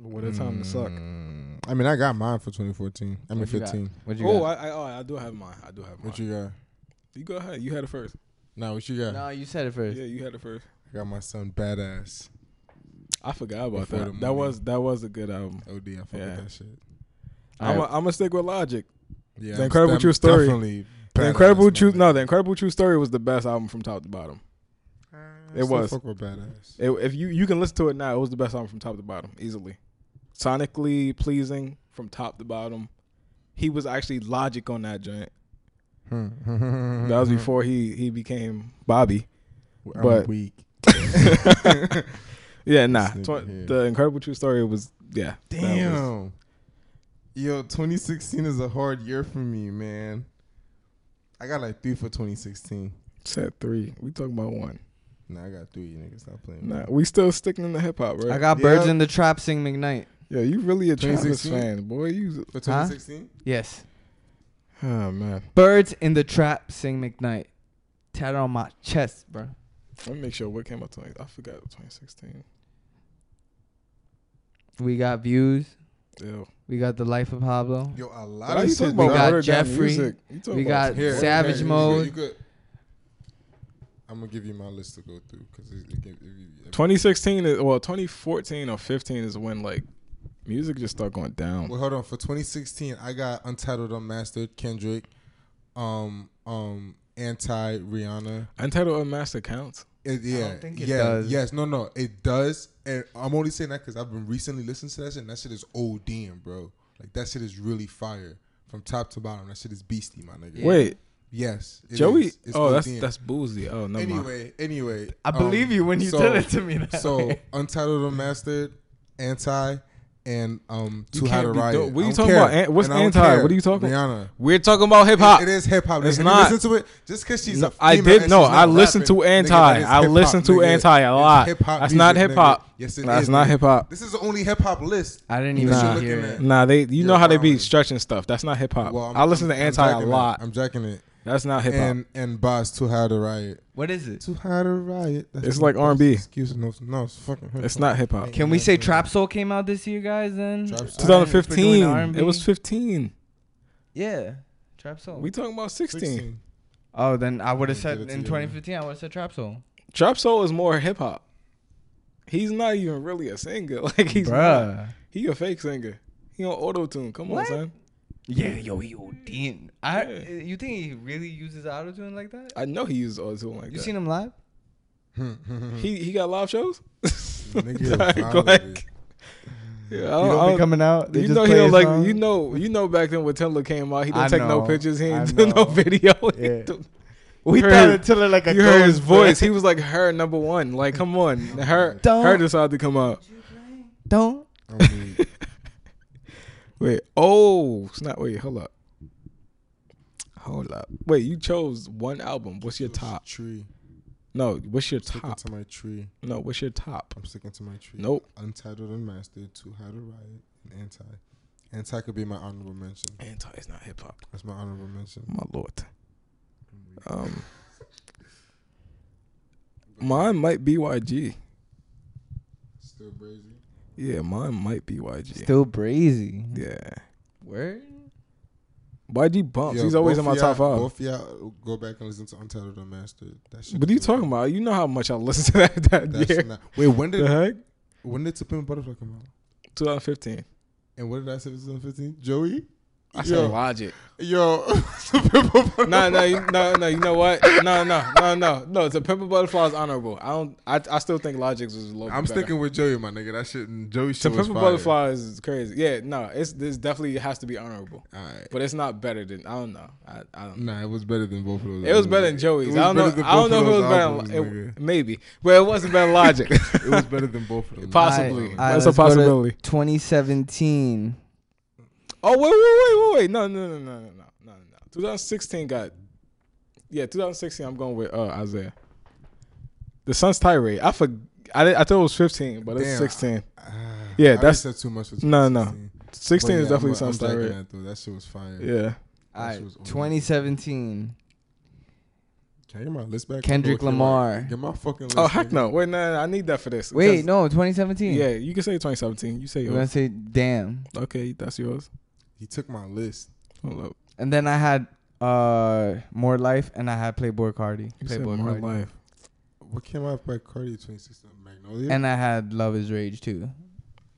what a time to suck.
Mm, I mean, I got mine for 2014. I mean,
What you got?
15.
What you
Oh,
got?
I, I, oh, I do have mine. I do have mine.
What you got?
You go ahead. You had it first.
Nah, what you got?
no, you said it first.
Yeah, you had it first.
I got my son, Badass.
I forgot about
Before the
that. That
movie.
was that was a good album.
OD, I fuck with
Yeah.
that shit.
I'm a, I'm gonna stick with Logic.
Yeah,
The Incredible True Story.
Definitely
The
badass,
Incredible
my
True
nigga.
No, The Incredible True Story was the best album from top to bottom.
I
it
still
was.
Fuck with Badass.
It, if you you can listen to it now, it was the best album from top to bottom easily. Sonically pleasing from top to bottom. He was actually Logic on that joint. That
Mm-hmm.
was before he he became Bobby.
I'm
but-
weak.
Yeah, nah.
This nigga
Tw-
here.
the Incredible True Story was yeah. that was-
Damn. Yo, 2016 is a hard year for me, man. I got like three for 2016.
Set three. We talking about one.
Nah, I got three. You niggas stop playing.
Nah, we still sticking in the hip hop, right?
I got Birds
Yeah.
in the Trap sing McKnight.
Yeah, you really a Travis
2016?
fan, boy. You
For
Huh?
2016?
Yes.
Ah,
oh man.
Birds in the Trap sing McKnight. Tat on my chest, bro.
Let me make sure what came out twenty. I forgot twenty sixteen.
We got Views.
Ew.
We got The Life of Pablo.
Yo, a
Why
lot
are
of
you
shit.
talking
We
about
got
watered down
Jeffrey.
music? You talking
We
about
got Savage
you good,
Mode.
you good. I'm gonna give you my list to go through because it, it, can- it, it,
2016 is well 2014 or 15 is when like music just started going down.
Well, hold on. For 2016, I got Untitled Unmastered, Kendrick, um, um, Anti Rihanna.
Untitled Unmastered counts.
It, yeah,
think it
yeah,
does.
yes, no, no, it does. And I'm only saying that because I've been recently listening to that shit. And that shit is ODM, bro. Like that shit is really fire from top to bottom. That shit is beastie, my nigga.
Wait,
Yes. it
Joey.
is. It's
oh, that's
ODM.
that's boozy. Oh, no.
Anyway, anyway. um,
I believe you when you said it to me that
so
way.
Untitled Unmastered, Anti, and um Too
You
High
can't
to
be
Riot.
dope. What
I
you
don't
talking
care.
about? An- what's
And I don't
anti?
care.
What are you talking about?
Rihanna.
We're talking about hip hop.
It is hip hop. It's
It's not.
not. Listen to it. Just because she's a
No, I
female
did-
and
no,
she's not
I listened
rapping,
to
nigga,
Anti.
that is
I
hip-hop,
listened to
nigga.
Anti a
It's
lot.
hip-hop
That's not
music,
hip hop.
nigga. Yes, it
That's
is,
not
nigga.
hip hop.
This is the only hip hop list.
I didn't
that
even
you're
nah.
looking
hear
at.
it.
Nah, they. You know how they be
wildin'.
stretching stuff. That's not hip hop.
Well, I'm-
I listen to
I'm
Anti a
jacking it.
lot.
I'm jacking it.
That's not hip hop.
And and Boss Too High to Riot.
What is it?
Too High to Riot. That's
It's
my
like
best
R&B.
Excuse no, no, it's fucking. hip
It's
hop.
not hip hop.
Can we say Trap Soul came out this year, guys? Then
Trap Soul.
For doing
2015.
R&B?
It was 15.
yeah, Trap Soul.
We talking about 16.
16.
oh, then I would have
did
said
it
in
together.
2015. I would have said Trap Soul.
Trap Soul is more hip hop. He's not even really a singer. Like he's not.
Bruh.
he a fake singer. He on auto tune. Come on,
What?
son.
Yeah, yo, he OD'ing. I eh,
Yeah.
you think he really uses auto tune like that?
I know he uses auto tune like
You
that.
seen him live?
he he got live shows.
Nigga,
Like,
violent,
like, yeah, I don't-
You
I
don't be
don't-
coming out. They
You
just
know he
play
don't
his
like
song?
you know you know back then when Tiller came out he didn't
I
take no
know.
pictures he
I
didn't do no
know.
video He
Yeah.
do-
We
you
thought
heard-
it till it like a
you heard his
ghost, bruh.
voice he was like her number one like come on her
Don't-
her decided to come out
Don't.
I mean,
wait oh snap wait hold up hold up wait you chose one album what's your top
Tree.
no what's your
Sticking
top
to my tree.
no what's your top
I'm sticking to my tree.
Nope.
Untitled and Mastered, Too High to Riot, and Anti. Anti could be my honorable mention.
anti is not hip hop
That's my honorable mention.
my lord um mine might be YG
Still brazy.
yeah mine might be YG
Still brazy.
Yeah.
Where?
YG bumps.
Yo,
Oh, He's always in
both
my
of
top
y'all-
five.
Both of y'all go back and listen to Untitled and Mastered. That shit
What are you
is-
talking about? You know how much I listened to that that
That's
year.
not. Wait, when
the
did
heck?
when did To Pimp a Butterfly come out?
2015.
And what did I say? 2015. Joey. Yo.
I said Logic.
Yo. To Pimp a Butterfly.
No, no, you- no, no. You know what? No, no, no, no, no. The Pepper Butterfly is honorable. I don't. I, I still think Logic's was a little.
I'm
bit better.
sticking with Joey, my nigga. That shit. Joey
The
shit was
Pepper
fire.
Butterfly is crazy. Yeah, no. It's this definitely has to be honorable,
All right.
but it's not better than I don't know. I, I don't.
Nah, it was better than both of those.
It was better
albums.
than Joey's.
was
I don't
better
know.
than
I
both
don't
of
know if it was
those
better.
albums,
than-
nigga.
it- maybe, but it wasn't better than Logic.
It was better than both of them.
Possibly.
All
That's a
let's go to
possibility.
2017.
Oh wait, wait, wait, wait, wait! No, no, no, no, no, no, no, no. 2016 got, yeah, 2016. I'm going with uh, Isaiah. The Suns tirade. I for I, did, I thought it was 15, but it's
Damn,
16.
Ah,
Yeah,
I already
that's-
said too much. For
No, no.
2016.
16
But
is
yeah,
definitely
I'm- I'm
Suns
jacking
tirade.
That, though. that shit was fire.
Yeah,
All right,
shit was horrible.
2017.
Can I get my list back?
Kendrick
Or can I-
Lamar.
Get my fucking list.
Oh heck
nigga.
no! Wait, no, no, I need that for this.
Wait,
'Cause-
no, 2017.
Yeah, you can say 2017. You say
We're gonna
yours.
say damn.
Okay, that's yours.
He took my list.
Hold up.
And then I had uh more life, and I had Playboy Cardi.
You said
Playboy
more
Cardi.
life.
What came out by Cardi 2016? Magnolia?
And I had Love Is Rage too.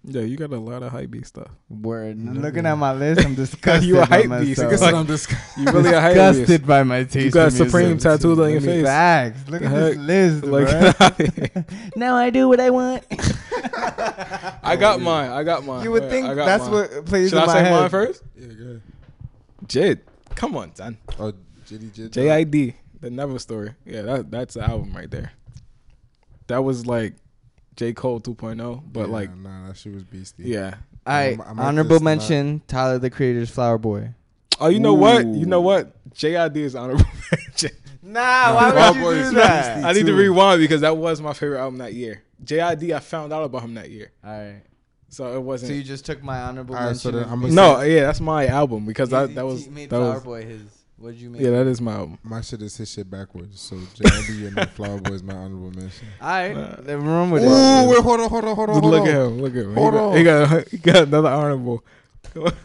Yeah, you got a lot of hype beat stuff.
Word.
Love
Looking
is-
at my list, I'm disgusted.
You a
by
hype beast.
myself.
Nigga said I'm
just
You really a hype beast.
disgusted by my taste.
You got
in music.
Supreme tattooed on your
Let me-
face.
Facts. Look at this
Heck.
list,
Like,
bruh. now I do what I want.
I got mine. I got mine.
you would
Wait,
think
I got
that's
mine.
what plays
Should
in my
I say
head.
mine first?
Yeah, go ahead.
Jid, come on, son.
Oh, Jiddy Jid.
JID, the Never Story. Yeah, that that's the album right there. That was like J. Cole 2.0, but
Yeah,
like,
Nah, that shit was beastie.
yeah.
All right,
I'm- I'm at
honorable
this and I-
mention: Tyler the Creator's Flower Boy.
Oh, you know what? You know what? JID is honorable mention.
Nah,
why Flower would you Boy do is that? nasty.
I need to
Two.
rewind because that was my favorite album that year. JID, I found out about him that year,
All right.
so it
So you
wasn't.
just took my honorable
All right, so
mention.
then
and
I'ma
made-
no, yeah, that's my album because
You-
I,
you
that was
t- made
that
Flower
was
Boy his. What did you make?
yeah, that is my album.
My shit is his shit backwards. So JID and the Flower Boy is my honorable mention.
All right,
Uh,
then run with
Ooh,
it.
wait, hold on, hold on, hold on.
look
hold
at
on.
him, look at him.
Hold
he, got, he got he got another honorable.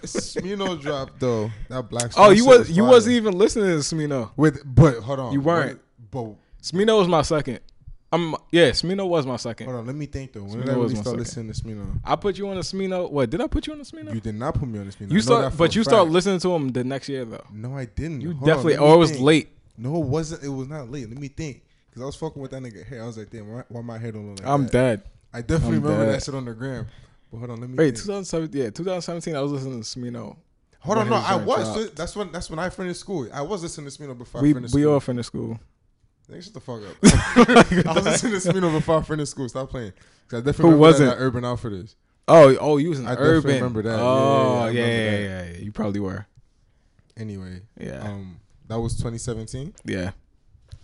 Smino dropped though. That black.
Oh,
Star
you
shit
was you
fire.
wasn't even listening to Smino.
with, but hold on,
You weren't.
But hold
Smino was my second. I'm yeah, Smino was my second.
on, let me think though. When
Smino
did I
was
really
my
start
second.
listening to Smino?
I put you on a Smino. What did I put you on a Smino?
You
You,
did not put me on Smino. I know that
start,
for a
but you start
fact.
listening to him the next year though.
No, I didn't.
You
Hold on,
definitely.
let me
oh, it was
think.
late.
No, it wasn't. It was not late. Let me think. Cause I was fucking with that nigga hair. I was like, damn, why, why my hair don't look like
I'm
that?
dead.
I definitely
I'm
remember
dead.
that shit on the gram. But hold on, let me
Wait,
think.
2017. Yeah, 2017. I was listening to Smino.
Hold
when
on,
he
no,
was
I
getting
was.
chopped.
that's when that's when I finished school. I was listening to Smino before I
We
finished
we
school.
all finished school.
Nigga, shut the fuck up. I was listening to Smino before I finished school. Stop playing. 'Cause I definitely
Who
remember
was
that
it?
at Urban Outfitters.
Oh, oh, you was in
I definitely
urban.
remember that. Yeah, yeah,
Oh,
I
yeah, yeah,
remember
yeah,
that.
yeah, You probably were.
Anyway,
Yeah.
um, that was 2017.
Yeah.
But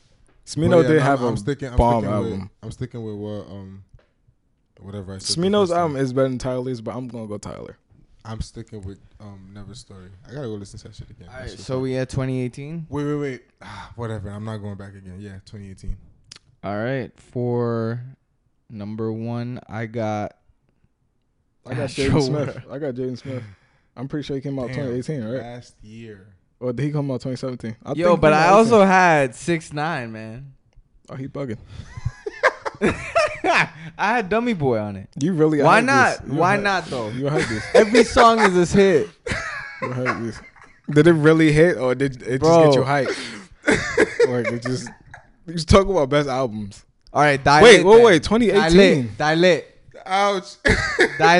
Smino
yeah,
did
I'm-
have
I'm
a
sticking, I'm
bomb
sticking
album.
With, I'm sticking with what um, whatever I said. the
Smino's
first time.
album is better than Tyler's, but I'm gonna go Tyler.
I'm sticking with um, Never Story. I gotta go listen to that shit again.
All
That
right,
shit
so
fire.
we at 2018.
wait, wait, wait. Ah, whatever. I'm not going back again. Yeah, 2018.
All right, for number one, I got
I got
Sure.
Jaden Smith. I got Jaden Smith. I'm pretty sure he came out
Damn,
2018, right?
Last year.
Or did he come out 2017? I
yo,
think
but
he
I
came out
also had six nine, man.
18. Oh, he bugging.
I had Dummy Boy on it.
You really?
Why
heard this.
not?
You
Why
heard-
not though?
You heard this.
Every song is this hit,
You heard this. Did it really hit, or did it
bro.
just get you hyped? like it just. You just talk about best albums.
All right, die
Wait,
lit
wait,
then.
wait, 2018.
die lit,
Ouch.
die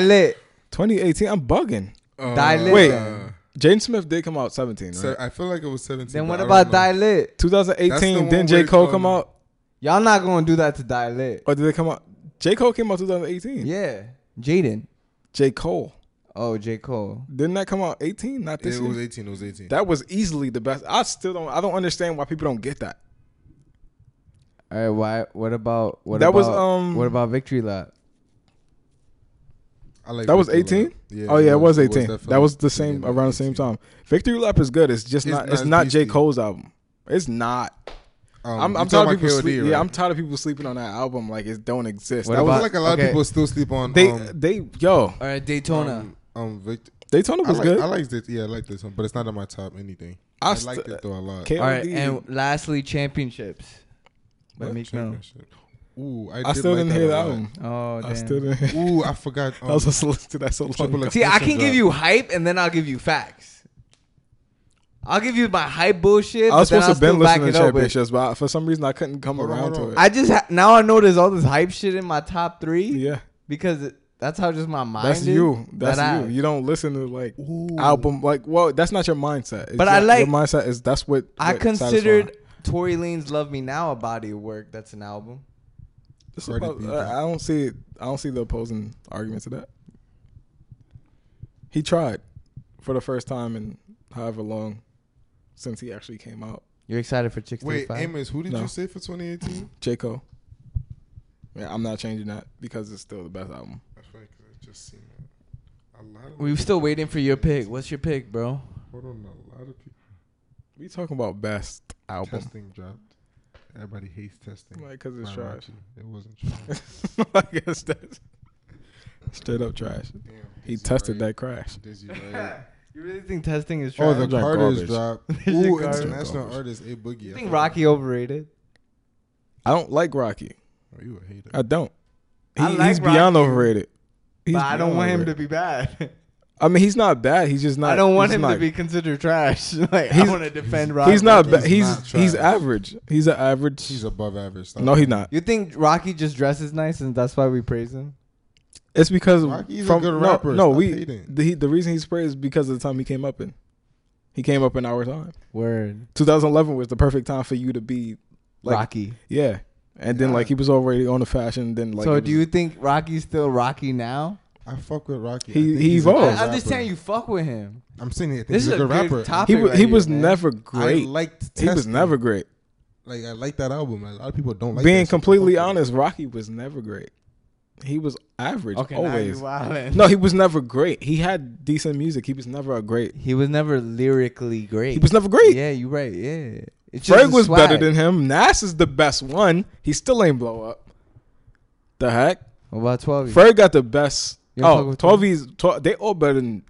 lit,
2018. I'm bugging.
die lit.
Wait.
then.
Jaden Smith did come out 17, right?
Uh, So I feel like it was 17.
Then
but
what
I don't
about
know.
die lit?
2018.
That's the one
Then J
where,
Cole come
um,
out,
Y'all not gonna do that to die lit.
or did they come out? J Cole came out 2018.
Yeah, Jaden.
J Cole.
Oh, J Cole.
Didn't that come out 18? Not
Yeah,
this
It
year.
was 18. It was 18.
That was easily the best. I still don't. I don't understand why people don't get that.
All right, why? What about what?
That
about,
was, um,
What about victory lap?
I like
That was
Victory
18.
Lap.
oh yeah, it was 18. that
definitely-
was the same
yeah,
around the same
18.
time. Victory Lap is good. It's just
It's
not.
not
It's
as
not J
beasty.
Cole's album. It's not.
Um,
I'm,
you
I'm
talking
tired of
about
people.
KOD,
sleep,
right?
Yeah, I'm tired of people sleeping on that album like it don't exist.
What
That
I
was
about-
feel like a lot
okay.
of people still sleep on
they.
um,
they yo
All right, Daytona.
um, um Victor.
Daytona
I
was
like,
good.
I liked it. Yeah, I liked this one, but it's not on my top anything.
I
I,
st-
liked it though a lot.
KOD.
All right, and lastly, championships. By
What?
Meek Mill.
Championship. Ooh, I,
I
did
still
like
didn't
that
hear
a
the
lot.
album.
Oh, damn.
I still didn't. hear-
Ooh, I forgot. Um,
I was just listening to that so long.
Triple
ago.
X.
See, I can
Listen,
give
bro.
you hype, and then I'll give you facts. I'll give you my hype bullshit.
I was
but then
supposed to have
I'll
been
still back
listening to
it up with-
championships, but I- for some reason I couldn't come
Hold on, hold
around to it.
on.
I just ha- now I know there's all this hype shit in my top three.
yeah.
because it, that's how just my mind.
That's
is,
you.
that
That's
I-
you. You don't listen to like album like well, that's not your mindset. It's
But I
your-
like-
your mindset is that's what
I
what
considered
satisfies.
Tory Lane's "Love Me Now" a body of work. That's an album.
It's
Cardi
about- uh,
B,
I I don't see I don't see the opposing argument to that. He tried for the first time in however long since he actually came out.
You're excited for Chicks
Wait,
35?
Amos, who did
No.
you say for 2018?
J. Cole. Yeah, I'm not changing that because it's still the best album.
That's funny 'cause I just seen a lot of.
We're still waiting for your pick. What's your pick, bro?
Hold on, a lot of people
We talking about best album.
testing dropped. Everybody hates testing.
Like, 'cause it's
Why
trash.
not you? It wasn't trash.
I guess that's straight up trash.
Damn,
He
Dizzy
tested
Wright-
that crash.
Dizzy Wright.
You really think testing is trash?
Oh, the
Drunk
Carters
garbage.
dropped.
shit
Ooh,
garbage.
international
Garbage.
artist A Boogie.
you
I
think
thought-
Rocky overrated?
I don't like Rocky.
Oh, you a hater.
I don't. He,
I like
he's beyond
Rocky,
overrated. He's
but I don't
beyond
want him to
overrated.
be bad.
I mean, he's not bad. He's just not.
I don't want
he's
him to
not-
be considered trash. like I
He's-
want to defend Rocky.
He's not.
He's
Ba- he's
not
he's,
trash.
average. He's an average.
He's above average. Stop
no,
it.
he's not.
You think Rocky just dresses nice and that's why we praise him?
It's because
Rocky's a
from
good
no,
rapper.
No,
Stop
we
hating.
the he- the reason he's praised is because of the time he came up in. He came up in our time.
Word.
2011 was the perfect time for you to be like
Rocky.
yeah. And then
Yeah.
like he was already on the fashion. Then like
so
it
do
was-
you think Rocky's still Rocky now?
I fuck with Rocky. I
He-
think
he
he's a good
evolved.
I, am just
rapper.
telling you, fuck with him.
I'm saying it. I think
This
he's
is
a good rapper.
topic.
he was
right
he
here,
was
man.
never
I
great.
liked.
He was
Testing.
never great.
like. I like that album. A lot of people don't like. that
Being
shit.
completely
I fuck with
honest, Rocky was never great. He was average
Okay, now you
always.
wildin'.
No, he was never great. He had decent music. He was never a great.
He was never lyrically great.
He was never great.
Yeah, you're right. Yeah. It's just
Ferg
the
was
swag.
better than him. Nas is the best one. He still ain't blow up. The heck?
What about 12?
Ferg got the best.
You don't fuck
Oh,
with
12 E's. 12, they all better than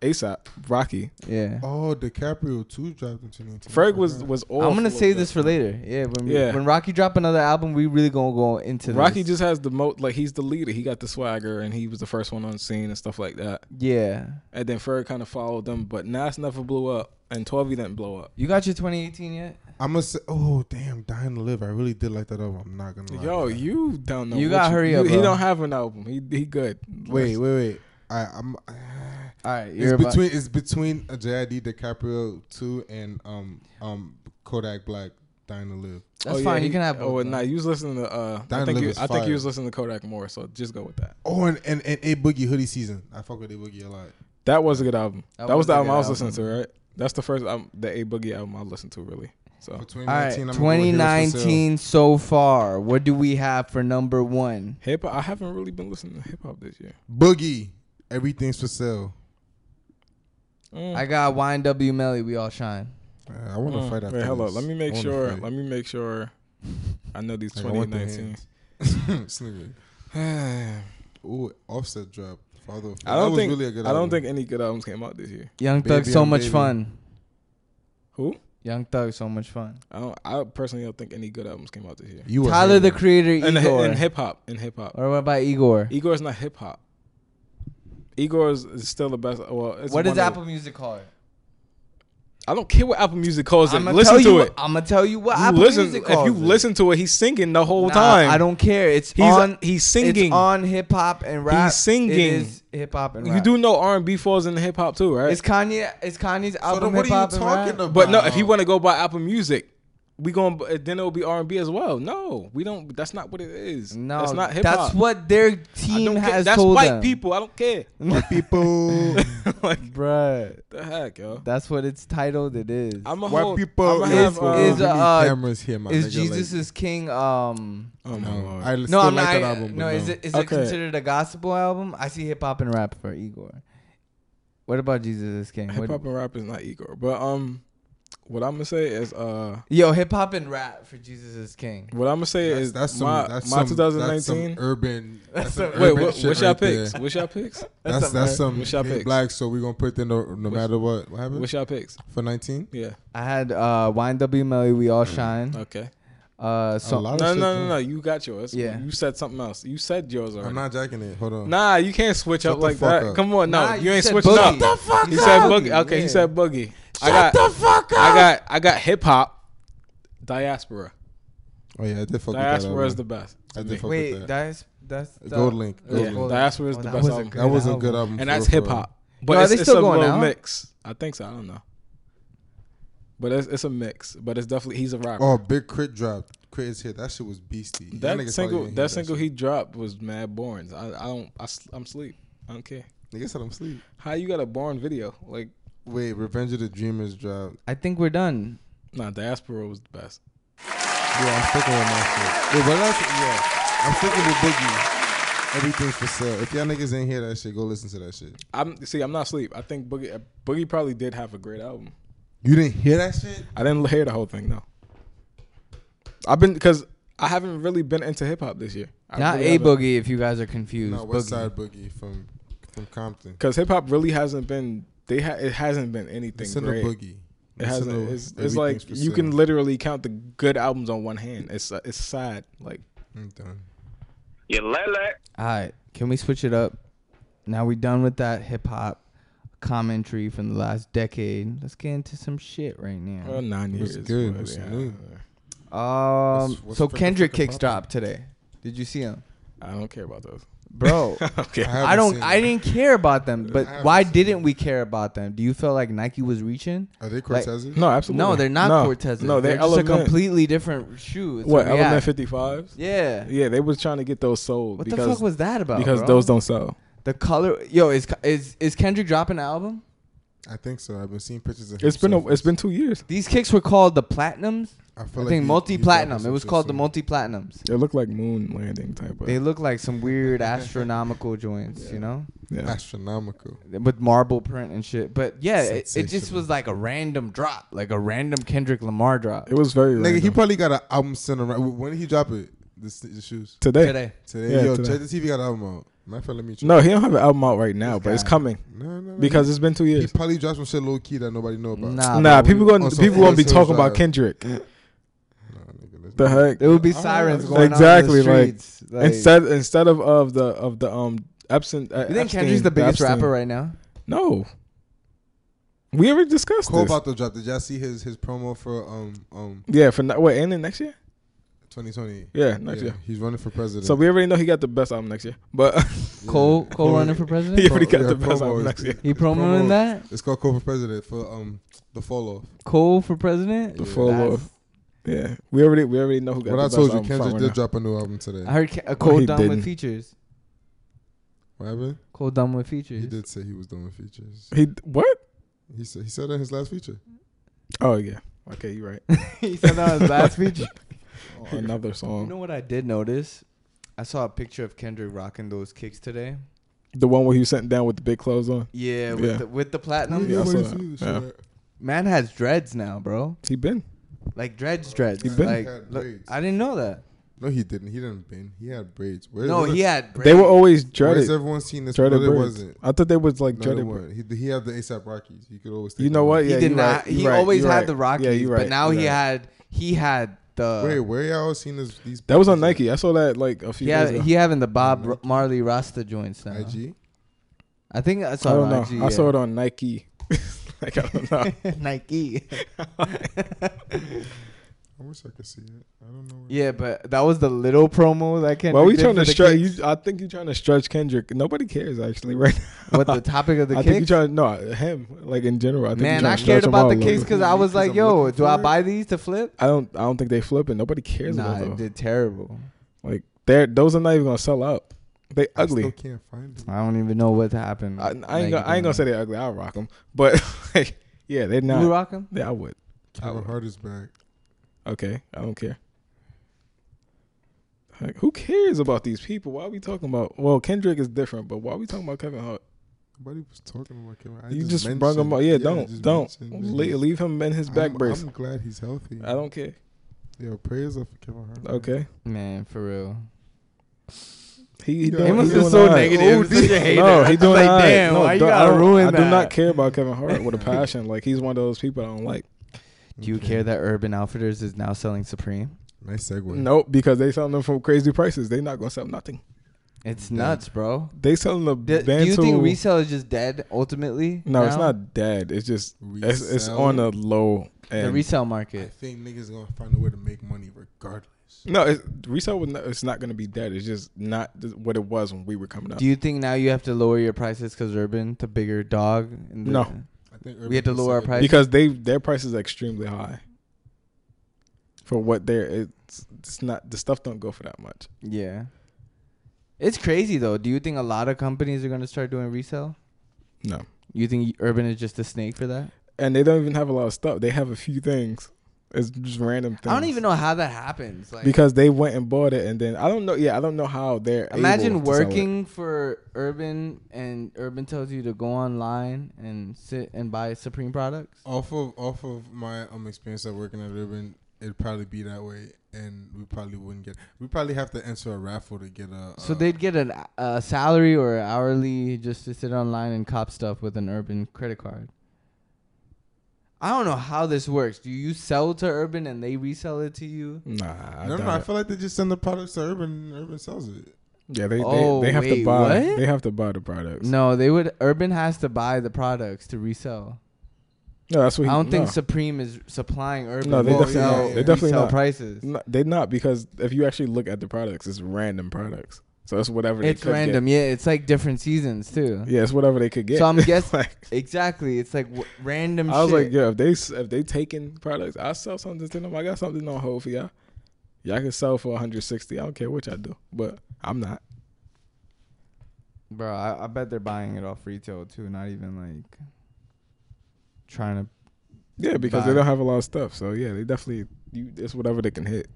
ASAP, Rocky.
yeah.
it. Oh, DiCaprio too dropped in 2019.
Ferg was was all.
I'm
full
gonna
of
save
that.
this for later. Yeah, when
Yeah.
when Rocky drop another album, we really gonna go into
Rocky
this.
just has the most. Like he's the leader. He got the swagger, and he was the first one on scene and stuff like that.
yeah.
And then Ferg kind of followed them, but Nas never blew up, and 12 E didn't blow up.
You got your 2018 yet?
I'm gonna say. Oh damn, dying to live. I really did like that album. I'm not gonna lie.
Yo, you don't know.
You
what
gotta hurry up,
He
bro.
don't have an album. He he good.
Wait, wait, wait. I, I'm.
All right, you're
It's
about-
between it's between a JID DiCaprio two and um um Kodak Black Dying to Live.
That's fine.
he-
you can have.
Oh,
both,
nah,
though.
you was listening to. Uh, I
Dyna
think
Live
you,
is
I think
fire.
you was listening to Kodak Moore. So just go with that.
Oh, and and, and a Boogie hoodie season. I fuck with a Boogie a lot.
That was a good album.
That
That,
was
was the
a
album
good
I was
album.
listening to. Right. That's the first album, the A Boogie album I listened to. Really. So
For
All right,
2019, I'm gonna go with Heroes for Sale.
2019 so far. What do we have for number one?
hip hop. I haven't really been listening to hip hop this year.
Boogie, everything's for sale.
Mm.
I got Wine W Melly. We all shine.
Uh, I want to
Mm.
fight after
Wait, hold up.
this.
Let me make
I wanna
sure.
fight.
Let me make sure. I know these
Like, I want the
2019.
hands. This nigga. Ooh, Offset drop. Father. of- that
I don't
was
think.
really a good
I don't
album.
think any good albums came out this year.
Young Thug,
Baby,
so
I'm
much
baby.
fun.
Who?
Young Thug, so much fun.
I don't. I personally don't think any good albums came out this year.
you a
Tyler the
hater.
Creator,
In, the hi-
Igor.
in hip hop. In hip hop.
or what about Igor?
Igor's not hip hop. Igor's is still the best. Well, it's
what does
one of-
Apple Music call it?
I don't care what Apple Music calls it.
I'ma
Listen
tell
to
you,
it.
I'm gonna tell you what
You
Apple
listen.
Music
if
calls
you
it.
listen to it, he's singing the whole
Nah,
time.
I don't care. It's
He's-
on.
he's singing.
It's on hip hop and rap.
He's singing.
It is hip hop and rap.
You do know R and B falls into hip hop too, right?
It's Kanye. It's Kanye's
So
album.
then what are
hip hop
you
and
talking
rap?
about?
but no, if you want to go by Apple Music, we going then it'll be R and B as well. No, we don't. That's not what it is.
No,
that's not hip hop.
That's what their
I
team
don't care.
has
That's
told
white
them.
people. I don't care.
people,
like
Bruh,
the heck, yo.
that's what it's titled. It is.
I'm a
white
whole,
people.
I'm
Is-
have, uh,
is,
We need
uh,
cameras here, my
is
nigga, like-
Jesus is King? Um,
oh my
No,
lord.
I
no,
still
I'm
like
not.
that album.
no,
but
is it is it
Okay.
considered a gospel album? I see hip hop and rap for Igor. What about Jesus is King?
hip
What-
hop and rap is not Igor, but um, what I'm gonna say is uh,
Yo, hip hop and rap for Jesus is King.
what I'm gonna say
That's,
is
that's some.
my
that's
my
some, That's some
2019.
urban. That's some
Wait,
urban
what,
shit
what's y'all
right there.
picks? What's y'all picks?
That's that's some
What's y'all
hate
picks?
black. So we're gonna put it in no, no matter what. What happened
What's y'all picks?
for 19?
Yeah.
I had uh, Wine W Melly, We All Shine.
Mm.
Okay.
Uh,
A
so
lot of
No,
shit,
no, no,
dude.
no. You got yours.
Yeah.
You said something else. You said yours already.
I'm not jacking it. Hold on.
nah, you can't switch
Shut
up
the
like
fuck
that.
up.
Come on, no,
Nah,
you,
you
ain't
said
switching
boogie.
up.
Shut the fuck
You said
up.
boogie. Okay,
Yeah.
you said boogie. I got, the fuck up. I got I got hip hop, diaspora.
Oh yeah, I did fuck with that.
Diaspora is the
album.
best.
I did fuck
wait,
with that.
that's that's the-
Gold Link. Gold
Yeah,
Link.
Gold Link. Oh,
diaspora is the
that
best
was a
album.
good
That was a
album.
good album.
and
for
that's
real,
hip
for
hop.
No,
But
are
it's,
they
it's
still
a
going
little
out?
mix. I think so. I don't know. But it's, it's a mix. But it's definitely he's a rapper.
real. Oh, big crit drop. Crit is hit. That shit was beastie. Y'all niggas
that
probably
single,
didn't
that,
hear
single
shit.
he dropped was mad boring. I, I don't. I, sl- I'm sleep. I don't care.
Nigga said I'm asleep.
How you got a boring video? Like,
Wait, Revenge of the Dreamers dropped.
I think we're done.
nah, Diaspora was the best.
Yeah, I'm sticking with my shit. Wait, what else? Yeah, I'm sticking with Boogie. Everything's for sale. If y'all niggas ain't hear that shit, go listen to that shit.
I'm see. I'm not asleep. I think Boogie uh, Boogie probably did have a great album.
You didn't hear that shit?
I didn't hear the whole thing though. I've been because I haven't really been into hip hop this year. I
Not
really
a
haven't.
boogie. If you guys are confused,
No, West
boogie.
Side Boogie from from Compton.
because hip hop really hasn't been. They ha- it hasn't been anything
Listen to
great.
Boogie.
It
Listen
hasn't.
to
It's, it's like
Everything's for
you can
Sale.
literally count the good albums on one hand. It's uh, it's sad. Like
I'm done.
You lele.
All right, can we switch it up? Now we're done with that hip hop commentary from the last decade. Let's get into some shit right
well,
now.
nine
What's Mm-hmm.
years.
good?
but
What's
yeah,
new?
Um,
Uh, What's- what's
so
frickin'
Kendrick
frickin'
kicks
poppin'?
dropped today. Did you see him,
I don't care about those.
bro?
okay.
I
I
haven't
don't.
seen
I
it.
didn't care about them, but
haven't
why
seen
didn't we care about them? Do you feel like Nike was reaching?
Are they
Like-
Cortezes?
No, absolutely.
No, they're not
no.
Cortezes.
No, they're,
they're just a
element.
completely different shoe. It's a
what element
React.
fifty fives?
Yeah.
Yeah, they was trying to get those sold
What the
because
fuck was that about?
because
bro?
those don't sell.
the color. Yo, is is is Kendrick dropping an album?
I think so. I've been seeing pictures of
It's
him
been
so
a, it's
far.
been two years.
These kicks were called the Platinums.
I,
I
feel
think
he-
multi
he's
platinum.
dropping
It was
some
called the
soon.
multi platinums.
It looked like moon landing type of.
They look like some weird astronomical joints, you know,
yeah.
astronomical.
with marble print and shit. But yeah, it, it just
Sensational.
was like a random drop, like a random Kendrick Lamar drop
It was very
Nigga, he
random.
probably got an album sent around. Wh- When did he drop it? The, s- the shoes
today.
today.
today.
Yeah,
Yo,
today.
check the TV got an album out. My friend, let me check.
No, he don't have an album out right now, but it's
guy.
coming
no, no, no.
because it's been two
he
years.
probably dropped some shit low key that nobody know about.
Nah,
Nah,
bro, we-
people gonna
on some
people gonna be
Forest
talking
Hills
about
vibe.
Kendrick.
Nah, nigga, let's
The
not-
heck?
There would be
I don't
sirens
know.
going
Exactly,
on in the
like,
streets. Like,
Instead instead of of the of the um absent. Uh,
you think Kendrick's the biggest rapper right now?
No. We already discussed
Cole
this.
Botto dropped. Did y'all see his his promo for um um?
Yeah, for no- what? And then next year?
I 2020.
Yeah, next year.
He's running for president.
So we already know he got the best album next year, but
Cole Cole running for president.
he already got
yeah,
the best
promo
album
is-
next year.
He promoting that
it's called Call for President for um the fall off.
Cole for president.
The full of yeah, we already we already know who
What
got the
I
best
told you,
album front
Kendrick
right
did
now.
drop a new album today.
I heard Ke- uh, Cole
he
done
didn't.
with features.
What happened?
Cole done with
He
features.
did say he was doing features.
He what?
He said he said that in his last feature.
Oh yeah. Okay, you're right.
he said that was his last feature.
Oh,
Another
You
song.
know what I did notice? I saw a picture of Kendrick rocking those kicks today.
The one where he was sitting down with the big clothes on.
Yeah, with
Yeah.
the with the platinum.
Yeah, I saw
Nobody
that.
sees this
Yeah.
shit.
Man has dreads now, bro.
He been.
Like dreads, dreads.
He been-
Like,
Had
look,
braids.
I didn't know that.
No, he didn't. He didn't bend. He had braids. Where,
No,
where-
he had. Braids.
They were always
Why is
dreaded.
everyone seeing this?
Dreaded
no, it
birds.
wasn't.
I thought they was like
No, they
dreaded. birds.
weren't. He, he had the ASAP Rockies. You could always. Take
You know
them
what?
out.
He
Yeah,
did
you're
not.
right,
he
you're right,
always
you're
had
right.
the Rockies,
Yeah, you're
but
right,
now
you're
he
right.
had he had the.
Wait, where y'all seen this? These
That was on
pictures
Nike. I saw that like a few
Yeah,
days ago.
he having the Bob R- Marley Rasta joints now.
of IG.
I think I saw
I don't
it
know.
on IG,
I saw it
yeah.
on Nike. like I don't know.
Nike.
I wish I could see it. I don't know. Where
yeah, but that was the little promo that Kendrick.
Well, we
did
trying
for
to
the
stretch.
kicks.
You, I think you're trying to stretch Kendrick. Nobody cares actually right now.
What the topic of the
I
kicks?
think you're trying. No, him. Like in general, I think
Man,
you're trying
I
to stretch
cared
him
about
out
the
a little
kicks
bit.
because I was
Because
like,
I'm
"Yo,
looking
do I
for it.
buy these to flip?"
I don't. I don't think they flipping. Nobody cares
Nah,
about
it
those.
did terrible.
Like they're those are not even gonna sell out. They
I still
ugly.
can't find it.
I don't even know what happened.
I, I ain't. Gonna, I ain't gonna say they're ugly. I'll rock them. But like, yeah, they're
You
not.
rock 'em?
Yeah, I would.
Kevin Hart is back.
Okay, I don't care. Like, who cares about these people? Why are we talking about? Well, Kendrick is different, but why are we talking about Kevin Hart?
Nobody was talking about Kevin. I
you just, brung him up.
mentioned-
Yeah,
just
don't don't
mentioned his-
Le- leave him in his back
I'm,
brace.
I'm glad he's healthy.
I don't care.
Yo, prayers up for Kevin Hart. man.
Okay,
Man, for real.
he, he
Yo,
doing,
it
he
must
doing
be so
all right.
negative. It was such a hater.
No, he doing
like,
all right.
damn,
No,
why you
don't- I
gotta
don't-
ruin
I do
that?
not care about Kevin Hart with a passion. like he's one of those people I don't like.
Do you care that Urban Outfitters is now selling Supreme?
Nice segue.
Nope, because they selling them for crazy prices. They not gonna sell nothing.
It's nuts, bro.
They selling the
Do, do
Bantu.
you think resale is just dead ultimately?
no, it's
now?
not dead. It's just it's, it's
Resell.
on a low end.
the resale
I
market.
think niggas gonna find a way to make money regardless.
No, it's, resale was not, it's not going to be dead. It's just not th- what it was when we were coming up.
Do you think now you have to lower your prices because Urban, the bigger dog? and the-
No.
I think
We had to lower our price.
because they their price is extremely high for what they're. It's, it's not the stuff don't go for that much.
Yeah. It's crazy though. Do you think a lot of companies are going to start doing resale?
No,
You think Urban is just a snake for that?
and they don't even have a lot of stuff. They have a few things. It's just random things.
I don't even know how that happens. Like,
because they went and bought it, and then I don't know. Yeah, I don't know how they're. able to
imagine
sell it.
working for Urban and Urban tells you to go online and sit and buy Supreme products.
Off of off of my um experience at working at Urban, it'd probably be that way, and we probably wouldn't get. We probably have to enter a raffle to get a.
So
uh,
they'd get an, a salary or hourly just to sit online and cop stuff with an Urban credit card. I don't know how this works. Do you sell to Urban and they resell it to you?
Nah, I
No, no,
doubt
no, I
it.
feel like they just send the products to Urban. and Urban sells it.
yeah, they they,
Oh,
they have
wait,
to buy.
what?
They have to buy the products. No,
No, they would. Urban has to buy the products to resell.
that's what
I
he-
don't think
no.
Supreme is supplying Urban.
No, they
with
definitely
resale-
not. They
definitely
resale
not.
prices.
No, they're not because if you actually look at the products, it's random products. So it's whatever they
It's
could
random.
Get.
Yeah, it's like different seasons too.
Yeah, it's whatever they could get.
So I'm guess-
like,
Exactly. It's like w- random.
I was
shit.
like, yeah, if they s- if they taking products, I sell something to them. I got something on hold for y'all. Y'all can sell for 160. I don't care what y'all do, but I'm not.
Bro, I, I bet they're buying it off retail too, not even like trying to.
Yeah, because
Bye.
they don't have a lot of stuff. So yeah, they definitely you, it's whatever they can hit.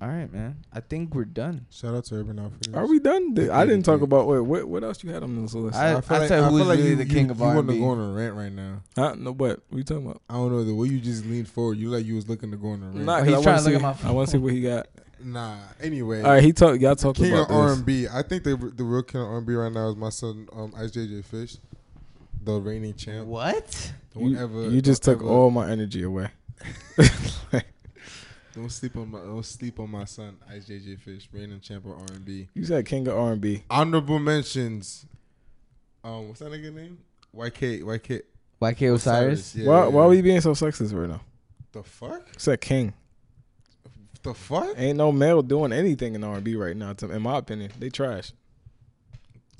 All right, man. I think we're done.
Shout out to Urban Outfitters.
Are we done? Did- I didn't talk
Yeah.
about wait, what what else you had on this list?
I-
feel
said who's
feel
really
you-
the
you-
king of
You want to
R&B.
go on a rant right now?
huh? No, what? What you talking about?
I don't know the way you just leaned forward. You like you was looking to go on a rant.
Nah,
Oh,
'cause
he's
I
trying
want
to look at
to
my
see. I want to see what he got.
Nah. Anyway,
All right, he talked. Y'all talked
king
about
of
this.
R and B. I think the the real king of R and B right now is my son, um, Ice JJ Fish, the reigning champ.
What?
Don't
You,
ever-
you just
don't
took
ever-
all my energy away.
Don't sleep on my don't sleep on my son, Ice JJ Fish, reigning champ of R and B.
you said king of R and B.
Honorable mentions. Um, what's that nigga name? YK YK
YK Osiris.
Yeah,
why
yeah.
why are we being so sexist right now?
the fuck?
You said king.
The fuck?
Ain't no male doing anything in R and B right now. To, in my opinion, they trash.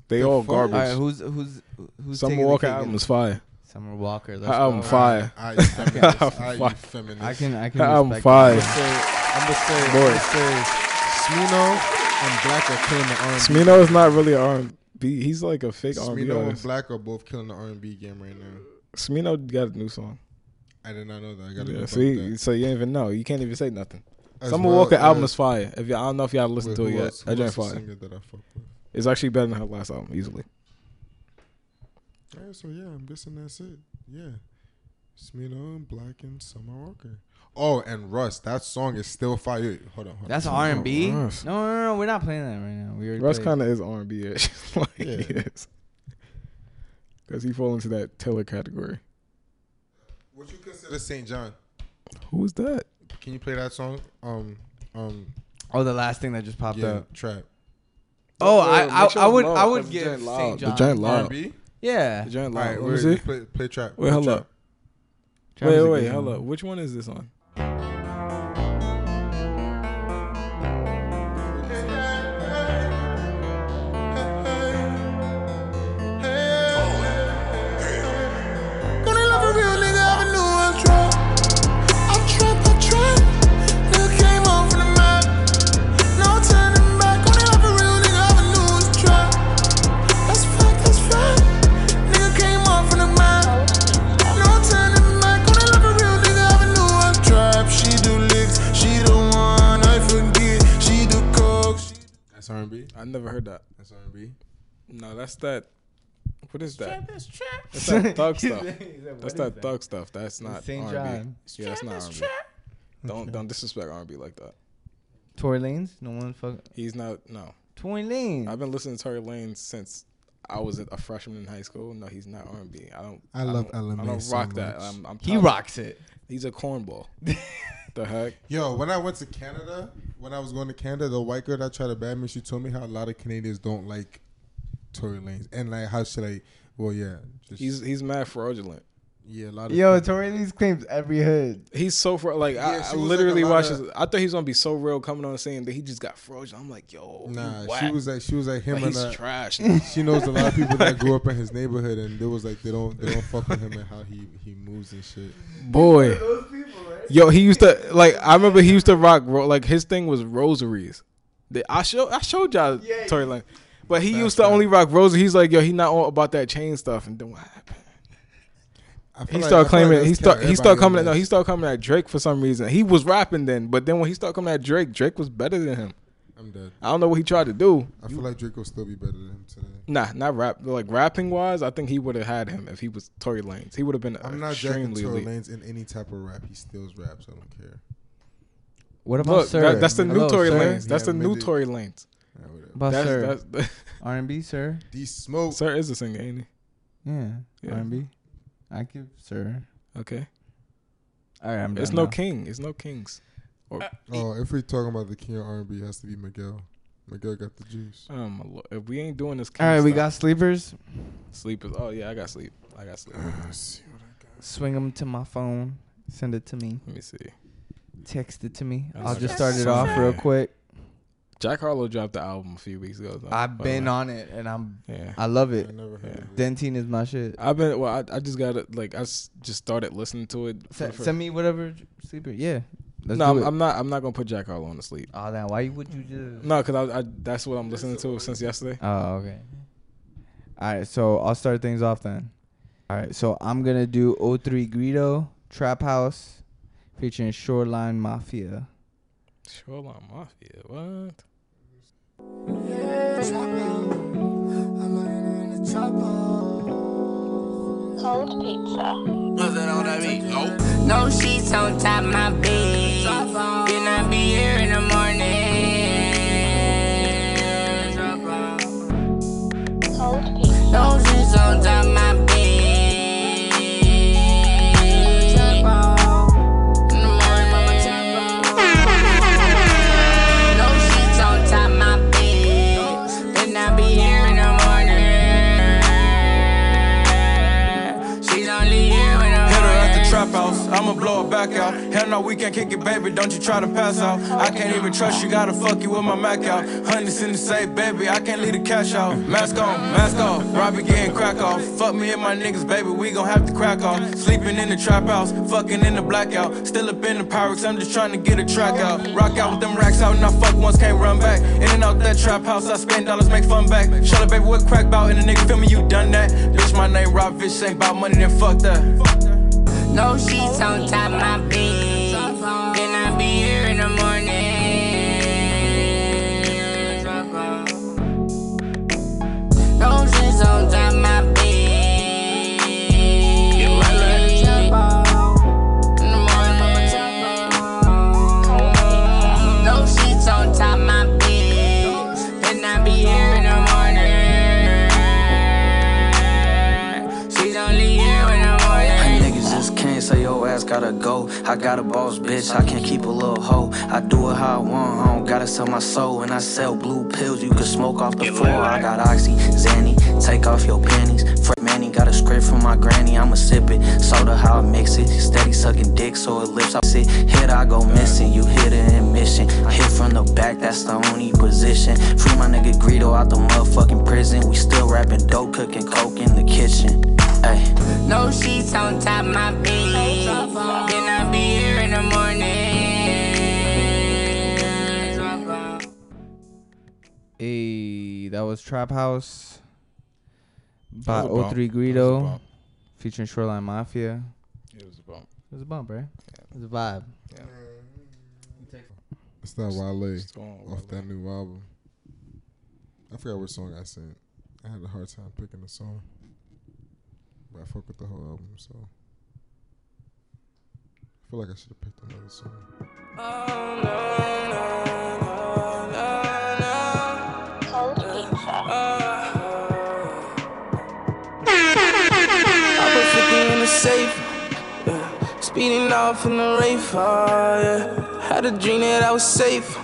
They
The
all
fuck?
garbage.
All right, who's who's who's
Summer
taking the
Walker
cake in-
album is fire.
Summer Walker.
Her album
go.
fire.
I, Ah, you feminist. I, you
Fuck.
feminist.
I can I can
Her album
respect
fire.
that.
I'm gonna say, I'm
Boy.
gonna say, Smino and Black are killing the R&B.
Smino is not really R and B. He's like a fake R and B
Smino and
artist.
Black are both killing the R&B game right now.
Smino got a new song.
I did not know that. I gotta
Yeah,
go
see,
back to that.
so you didn't even know. You can't even say nothing.
As
Summer
well
Walker album
as-
is fire. If y'all, I don't know if y'all listened
wait,
to it
who
yet.
else- who
That joint
else is a
fire.
singer that I fuck with?
It's actually better than her last album, easily.
All right, so yeah, I'm guessing that's it. Yeah. Smino and Black and Summer Walker. Oh, and Russ, that song is still fire. Hold on, hold on.
That's R and B. No,
Russ.
no, no, no, we're not playing that right now. We already
Russ
played.
kind of is R and B ish, like he
Yeah.
is, because he fall into that Taylor category.
Would you consider St. John?
Who is that?
Can you play that song? Um, um,
Oh, the last thing that just popped
yeah,
up.
trap.
Oh,
Uh,
I I,
make sure
I
it's
would
loud,
I
'cause
would
the
give
giant loud.
St.
Oh, The
John.
giant loud.
R&B.
Yeah.
The giant
All right,
loud. Let me
wait,
see.
play, play trap.
Wait,
play
hold
trap.
up.
Trap is
Wait,
a
wait,
good
hold
one.
up. Which one is this on?
Gonna love a real nigga, I knew I'm trapped. I'm trapped, I'm trapped. Nigga came off the map. No turning back. Gonna love a real nigga, I knew I was trapped. That's fact, that's fact. Nigga came off the map. No turning back. Gonna love a real nigga, I knew I was trapped. She do licks, she the one I forget. She do coke. She
That's R&B.
I never heard that.
That's R&B.
No, that's that. What is that?
That's trap.
That's that thug stuff.
He's
That's
like, what is
that thug stuff. That's not
Saint
R&B.
John.
Yeah, that's not R&B. Don't don't disrespect R&B like that.
Tory Lanez. No one fuck.
He's not. No,
Tory Lanez.
I've been listening to Tory Lanez since I was a freshman in high school. No, he's not R&B. I don't.
I love
don't- I
LMA
don't
so
rock that.
much.
I'm, I'm
he
tired.
rocks it.
He's a cornball. the heck?
Yo, when I went to Canada, when I was going to Canada, the white girl that tried to ban me, she told me how a lot of Canadians don't like Tory Lanez and like how she like, well, yeah, just
He's he's mad fraudulent.
yeah, a lot of
Yo, Tory Lanez claims every hood.
He's so fraud. Like I-
Yeah,
I,
she was
literally
like a
watched.
lotta-
This. I thought he was gonna be so real coming on saying that he just got fraudulent. I'm like, yo, you
Nah,
whack.
she was like, she was like him
Like,
and
he's
uh,
trash. now.
she knows a lot of people that grew up in his neighborhood, and there was like they don't they don't fuck with him and how he he moves and shit.
Boy, yo, he used to like. I remember he used to rock. ro- Like his thing was rosaries. The- I show I showed y'all Tory Lanez, but he used to only rock rosaries. He's like, yo, he not all about that chain stuff. And then what happened?
I feel
He
like- I
started
feel like
claiming
that's
he start
kinda
he started
everybody on
coming at no
this.
he started coming at Drake for some reason. He was rapping then, but then when he started coming at Drake, Drake was better than him.
I'm dead.
I don't know what he tried to do.
I feel like Drake will still be better than him today.
Nah, not rap. Like rapping wise, I think he would have had him if he was Tory Lanez. He would have been
I'm not jacking
extremely
Tory
elite.
Lanez in any type of rap. He steals raps. I don't care.
What about
Look,
Sir?
that, that's the
Hello,
new Tory
Sir?
Lanez. That's
Yeah,
the new
maybe-
Tory Lanez.
All right, whatever.
About
That's,
Oh, Sir.
that's,
R and B, Sir.
D Smoke.
Sir is a singer, ain't he?
Yeah.
Yeah.
R and B. I give Sir.
Okay.
All right, I'm
It's
done
no
now.
king. It's no kings.
Oh, if we're talking about the king of R&B, it has to be Miguel. Miguel got the juice.
Oh my lord. If we ain't doing this, king
All right, we
stuff-
got sleepers.
sleep. Is, oh yeah, I got sleep. I got sleep.
Uh-huh. Swing them to my phone. Send it to me.
Let me see.
Text it to me.
Oh,
I'll
I
just
got
start it off real
Sir.
quick.
Jack Harlow dropped the album a few weeks ago. though.
I've
By the
been
way.
on it, and I'm
Yeah.
I love
I
it.
never heard of it.
Dentine is my shit.
I've been well. I, I just got it. Like I s- just started listening to it. for the
Se-
first-
send me whatever j- sleeper. Yeah. Let's
no,
do
I'm,
it.
I'm not. I'm not gonna put Jack Harlow on the sleep.
Oh, now why would you just?
No, cause I, I that's what I'm listening to since yesterday.
Oh, okay. All right, so I'll start things off then. All right, so I'm gonna do O3 Greedo Trap House, featuring Shoreline Mafia.
Shoreline Mafia. What?
Cold pizza.
No sheets on top of my bed. Then I be here in the morning.
Cold pizza.
No sheets on top of my bed. In the morning. No sheets on top of my bed. Then I be here in the morning. She's only here when I'm
Hit her at the trap house, I'ma blow her back back out. Hell no, we can't kick it, baby. Don't you try to pass out. I can't even trust you, gotta fuck you with my Mac out. Honey's in the safe, baby. I can't leave the cash out. Mask on, mask off. Robbie getting crack off. Fuck me and my niggas, baby. We gon' have to crack off. Sleeping in the trap house, fucking in the blackout. Still up in the Pyrex, I'm just trying to get a track out. Rock out with them racks out, and I fuck once, can't run back. In and out that trap house, I spend dollars, make fun back. Shut up, baby, what crack bout? And a nigga feel me, you done that. Bitch, my name Rob Fish, ain't bout money, then fuck that.
No sheets on top my bed. Then I be here in the morning. No sheets on top my bed. Get my lunch in the morning. No sheets on top my bed. Then I be here in the morning. She's only here in the morning.
Hey, niggas just can't say your ass gotta go. I got a boss, bitch. I can't keep a little hoe. I do it how I want. I don't gotta sell my soul. And I sell blue pills. You can smoke off the floor. I got oxy, Zanny. Take off your panties. Fred Manny got a script from my granny. I'ma sip it. Soda, how I mix it. Steady sucking dick, so it lips. I sit. Hit, I go missing. You hit an admission. Hit from the back, that's the only position. Free my nigga Greedo out the motherfucking prison. We still rapping dope, cooking coke in the kitchen. Ayy.
No sheets on top my bed. Then I be here in the morning.
Hey, that was Trap House by
That was a bump.
O3
That was a
Greedo
bump.
featuring Shoreline Mafia.
It was a bump.
It was a bump, right? It was a vibe.
It's that Wale
It's on
off
Wale.
that new album. I forgot what song I sent. I had a hard time picking a song, but I fuck with the whole album, so I feel like I should have picked another song.
Cold pizza.
Uh,
I put 50 in the safe. yeah. Speeding off in the rave, ah, yeah. Had a dream that I was safe.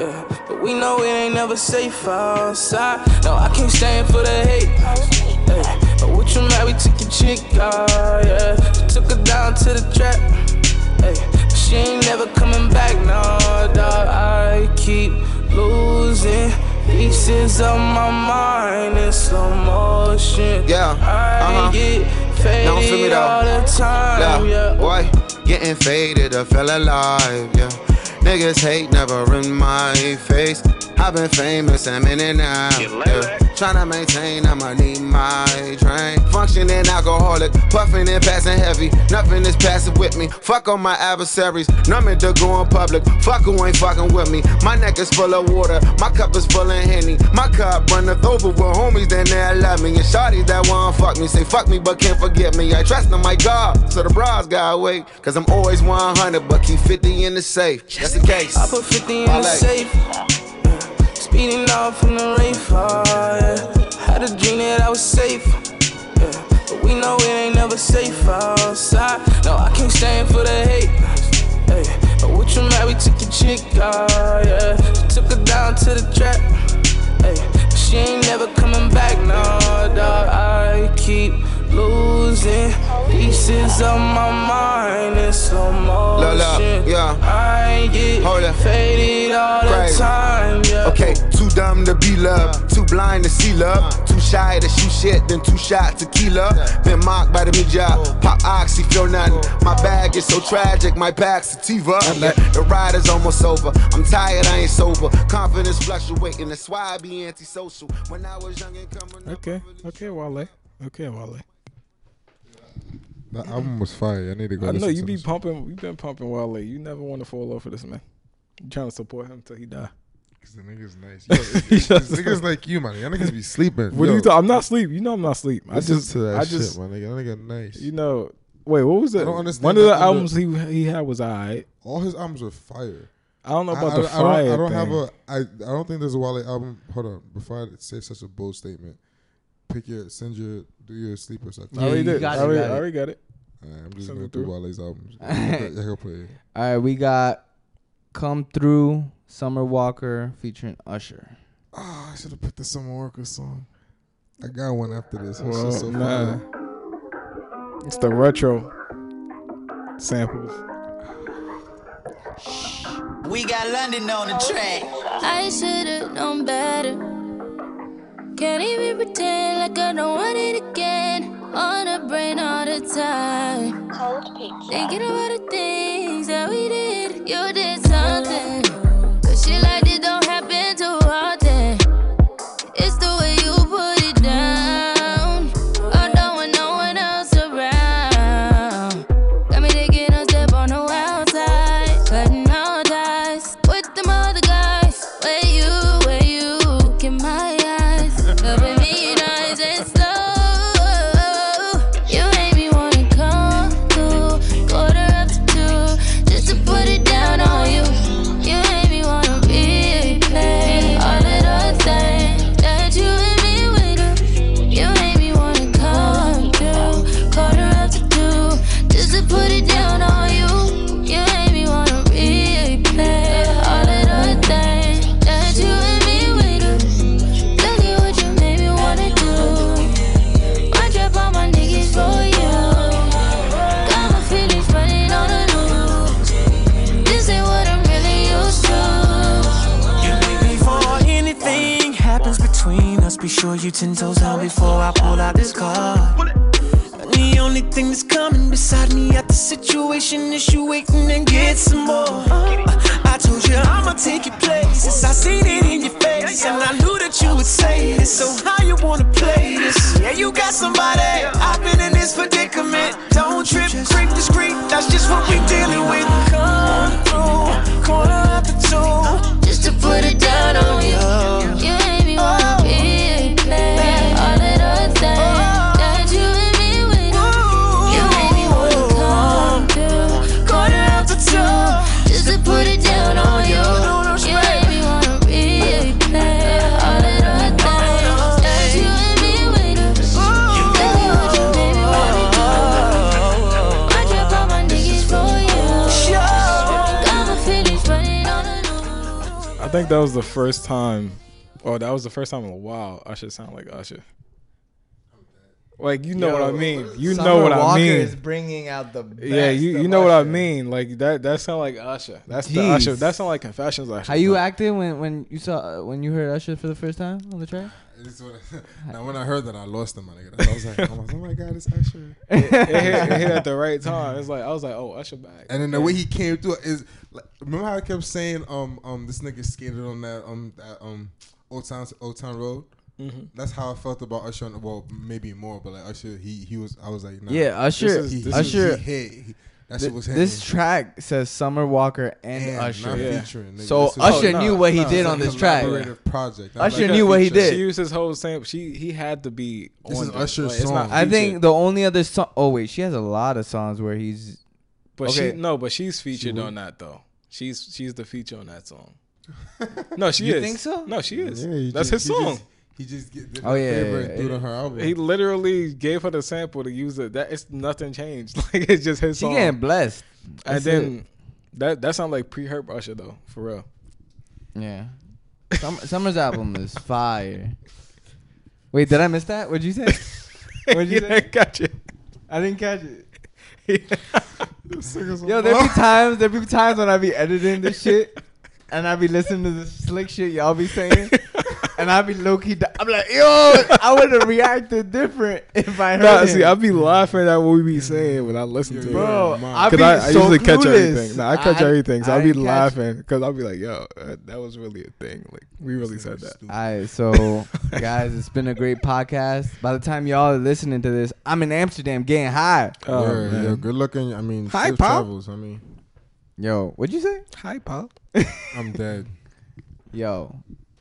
Yeah. But we know it ain't never safe outside. No, I can't stand for the hate.
Cold pizza.
Ay, But what you mad, we took your chick, ah, yeah. Took her down to the trap, ay. But She ain't never coming back, no, dog. I keep losing pieces of my mind in slow motion.
Yeah,
I
uh-huh.
get
Don't feel me
faded
though.
all the time,
Yeah,
yeah.
boy, getting faded, I fell alive, yeah. Niggas hate never in my face. I've been famous, I'm in and out. Yeah. Tryna maintain, I'ma need my train. Functioning alcoholic, puffing and passing heavy. Nothing is passive with me. Fuck on my adversaries, numbing to going public. Fuck who ain't fucking with me. My neck is full of water, my cup is full of henny. My cup runneth over with homies, then they love me. And shawty that wanna fuck me, say fuck me but can't forget me. I trust in my God, so the bras gotta wait. Cause I'm always 100, but keep 50 in the safe. Just in case.
I put 50 in the
Wale.
safe. yeah. Speeding off from the rave, ah, yeah. Had a dream that I was safe. yeah. But we know it ain't never safe outside. No, I can't stand for the hate. Hey, but what you mad, we took your chick, ah, yeah. Took her down to the trap. Hey, but she ain't never coming back, no, dog. I keep losing pieces of my mind in slow
Lola,
motion.
yeah.
I get
Hold up.
faded all the
Crazy.
time, yeah.
Okay, too dumb to be loved, too blind to see love, too shy to shoot shit, then too shot tequila. Been mocked by the media, pop oxy, feel nothing. My bag is so tragic, my back's sativa. Yeah, the ride is almost over. I'm tired, I ain't sober. Confidence fluctuating, that's why I be antisocial. When I was young and coming up,
Okay, okay, Wale. Okay, Wale.
That album was fire. I need to go.
I know
listen
you
to
be
this.
pumping. You've been pumping Wale. You never want to fall off of this man. You trying to support him till he die.
Cause the niggas nice. Yo, it's- it's niggas like you, man. Y'all niggas be sleeping.
What
Yo,
do you thought? I'm not asleep. You know I'm not asleep. I
listen
just,
to that
I
shit,
just,
man. Y'all nigga nice.
you know. Wait, what was it?
don't understand
One of
that
the
under-
albums he he had was alright.
All his albums are fire.
I don't know about the
don't-
fire.
I don't,
thing.
have a. I, I don't think there's a Wale album. Hold on, before I say such a bold statement, pick your send your do your sleeper section.
I already
Yeah, you
did.
got
I
it,
already,
got
I
it.
already got it.
Alright, I'm just
Send
going
it
through
through.
Wale's albums. Y'all can play it.
All right, we got Come Through, Summer Walker featuring Usher.
Ah, I should have put the Summer Walker song. I got one after this. It's
Well,
just so
nah.
fire.
It's the retro samples.
We got London on the track.
I should've known better. Can't even pretend like I don't want it again. On the brain all the time. Cold pizza. Thinking about the things that we did. You did something. Cause shit like this don't happen too often. It's the way you put it down. Although when no one else around. Got me taking a step on the wild side. Cutting all ties with them other guys. Where you, where you look in my eyes. Loving me nice and slow. You made me wanna come through. Quarter up to two. Just to put it down on you. You made me wanna replay all of the things that you and me went through. You made me wanna come through. Quarter up to two. Just to put it down on you. You made me wanna replay all of the things that you and me went through. Tell you what you made me wanna do. One drop on my niggas for you. Got my feelings running on the loop. This ain't what I'm really used to.
Before anything happens between us, be sure you ten toes down before I pull out this card. And the only thing that's coming beside me at the situation is you waiting and get some more. Uh, I told you I'ma take your places. I seen it in your face, and I knew that you would say this. So how you wanna play this? Yeah, you got somebody. I've been in this predicament. Don't trip, creep the street. That's just what we dealing with. Come through, corner up the two,
just to put it down on you. You made me wanna replay all of the things that you and me went through. You made me wanna come through. Quarter after two, just to put it down on you. You made me wanna replay all of the things that you and me went through. Tell me what you made me wanna do. I drop all my niggas for you. Got my feelings running on the
I think that was the first time. Oh, that was the first time in a while Usher sound like Usher. Like you know
Yo,
what I mean. You
Summer
know what
Walker
I mean.
is bringing out the
yeah,
best
you,
of
you know what I
Usher.
mean. Like that that sound like Usher. That's the
Jeez.
Usher. That sound like Confessions Usher.
How you
But-
acting when when you saw uh, when you heard Usher for the first time on the track?
This is what I- now, when I heard that, I lost it, my nigga. I was like, I was like, oh my god, it's Usher.
it, it hit, it hit at the right time. It's like I was like, oh, Usher back.
And then the way he came through is like, remember how I kept saying um um this nigga skated on that um that um old town old town road.
Mm-hmm.
Mhm.
That's how I felt about Usher. and- Well, maybe more, but like Usher, he he was. I was like, nah,
Yeah, Usher.
This he-
Usher.
he hit. He- that
Th-
shit was him.
This track says Summer Walker and,
And
Usher.
not Yeah. featuring, nigga.
So
This is-
Usher
Oh,
knew
no,
what he
no,
did
it's a
on this track.
collaborative project. Not
Usher
like a
knew what he
feature.
did.
She used his whole sample. She he had to be.
This
on
is
the-
Usher's
like, it's not
song.
I think
featured.
the only other song. Oh wait, she has a lot of songs where he's.
But
okay.
she no, but she's featured on that though. She's she's the feature on that song. No, she
You
is.
think so?
No, she is.
Yeah, he
That's
just-
his
he
song.
just- He just get did
Oh,
that
yeah,
favor
yeah,
and threw
yeah.
to her album.
he literally gave her the sample to use it. That it's nothing changed. Like it's just his
She
song.
getting blessed.
and
That's
then that that sound like pre herb Usher though, for real.
it. yeah, Summer, Summer's album is fire. Wait, did I miss that? What'd you say? What'd you say?
Gotcha.
I didn't catch it. Yo,
Yo,
there be times, there be times when I be editing this shit, and I be listening to the slick shit y'all be saying, and I be low key. Di- I'm like, yo, I would have reacted different if I heard.
Nah,
him.
see, I be laughing at what we be saying when I listen to it.
bro,
Mom.
I be
Cause I, I
so
usually
clueless.
catch everything. Nah, I catch everything, so I,
I
be
catch-
laughing because I'll be like, "Yo, uh, that was really a thing. Like, we really said that."
All right, so guys, it's been a great podcast. By the time y'all are listening to this, I'm in Amsterdam getting high.
Oh,
yeah,
man.
yeah, good looking. I mean,
Hi,
safe
Pop.
travels. I mean,
Yo, what'd you say?
Hi, Pop.
I'm dead.
Yo,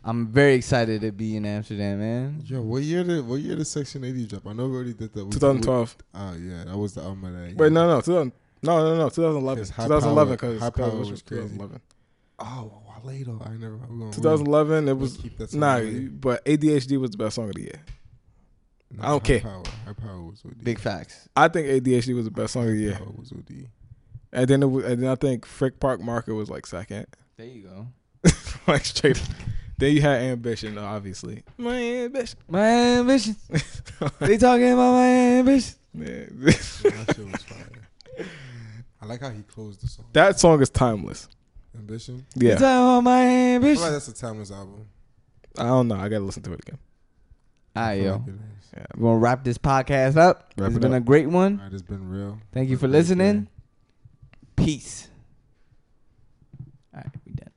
I'm very excited to be in Amsterdam, man.
Yo, what year did what year did Section 80 drop? I know we already did that. We-
2012.
Ah, yeah, that was the album of that.
Wait,
year.
no, no, 2000, no, no, no, 2011,
His high
2011,
power-
because
high power was crazy.
2011.
Oh, Waledo. I never. we gonna- we gonna-
2011, it was
keep that song
nah,
later.
but ADHD was the best song of the year.
Nah,
I
High
don't care.
Power, high power was OD.
Big facts.
I think ADHD was the best song of the year,
Power was OD.
and then it was, and then I think Frick Park Market was like second,
There you go.
like straight. then you had Ambition, obviously. My ambition.
My ambition. They talking about my ambition.
Yeah.
That shit was fire. I like how he closed the song.
that song is timeless.
Ambition.
Yeah.
It's all my
I
ambition.
feel like that's a timeless album.
I don't know. I gotta listen to it again.
All right,
Oh
yo.
Yeah.
We're going to wrap this podcast up.
Wrap
it's
it
been
up.
a great one.
All right, it's been real.
Thank you for listening. Peace.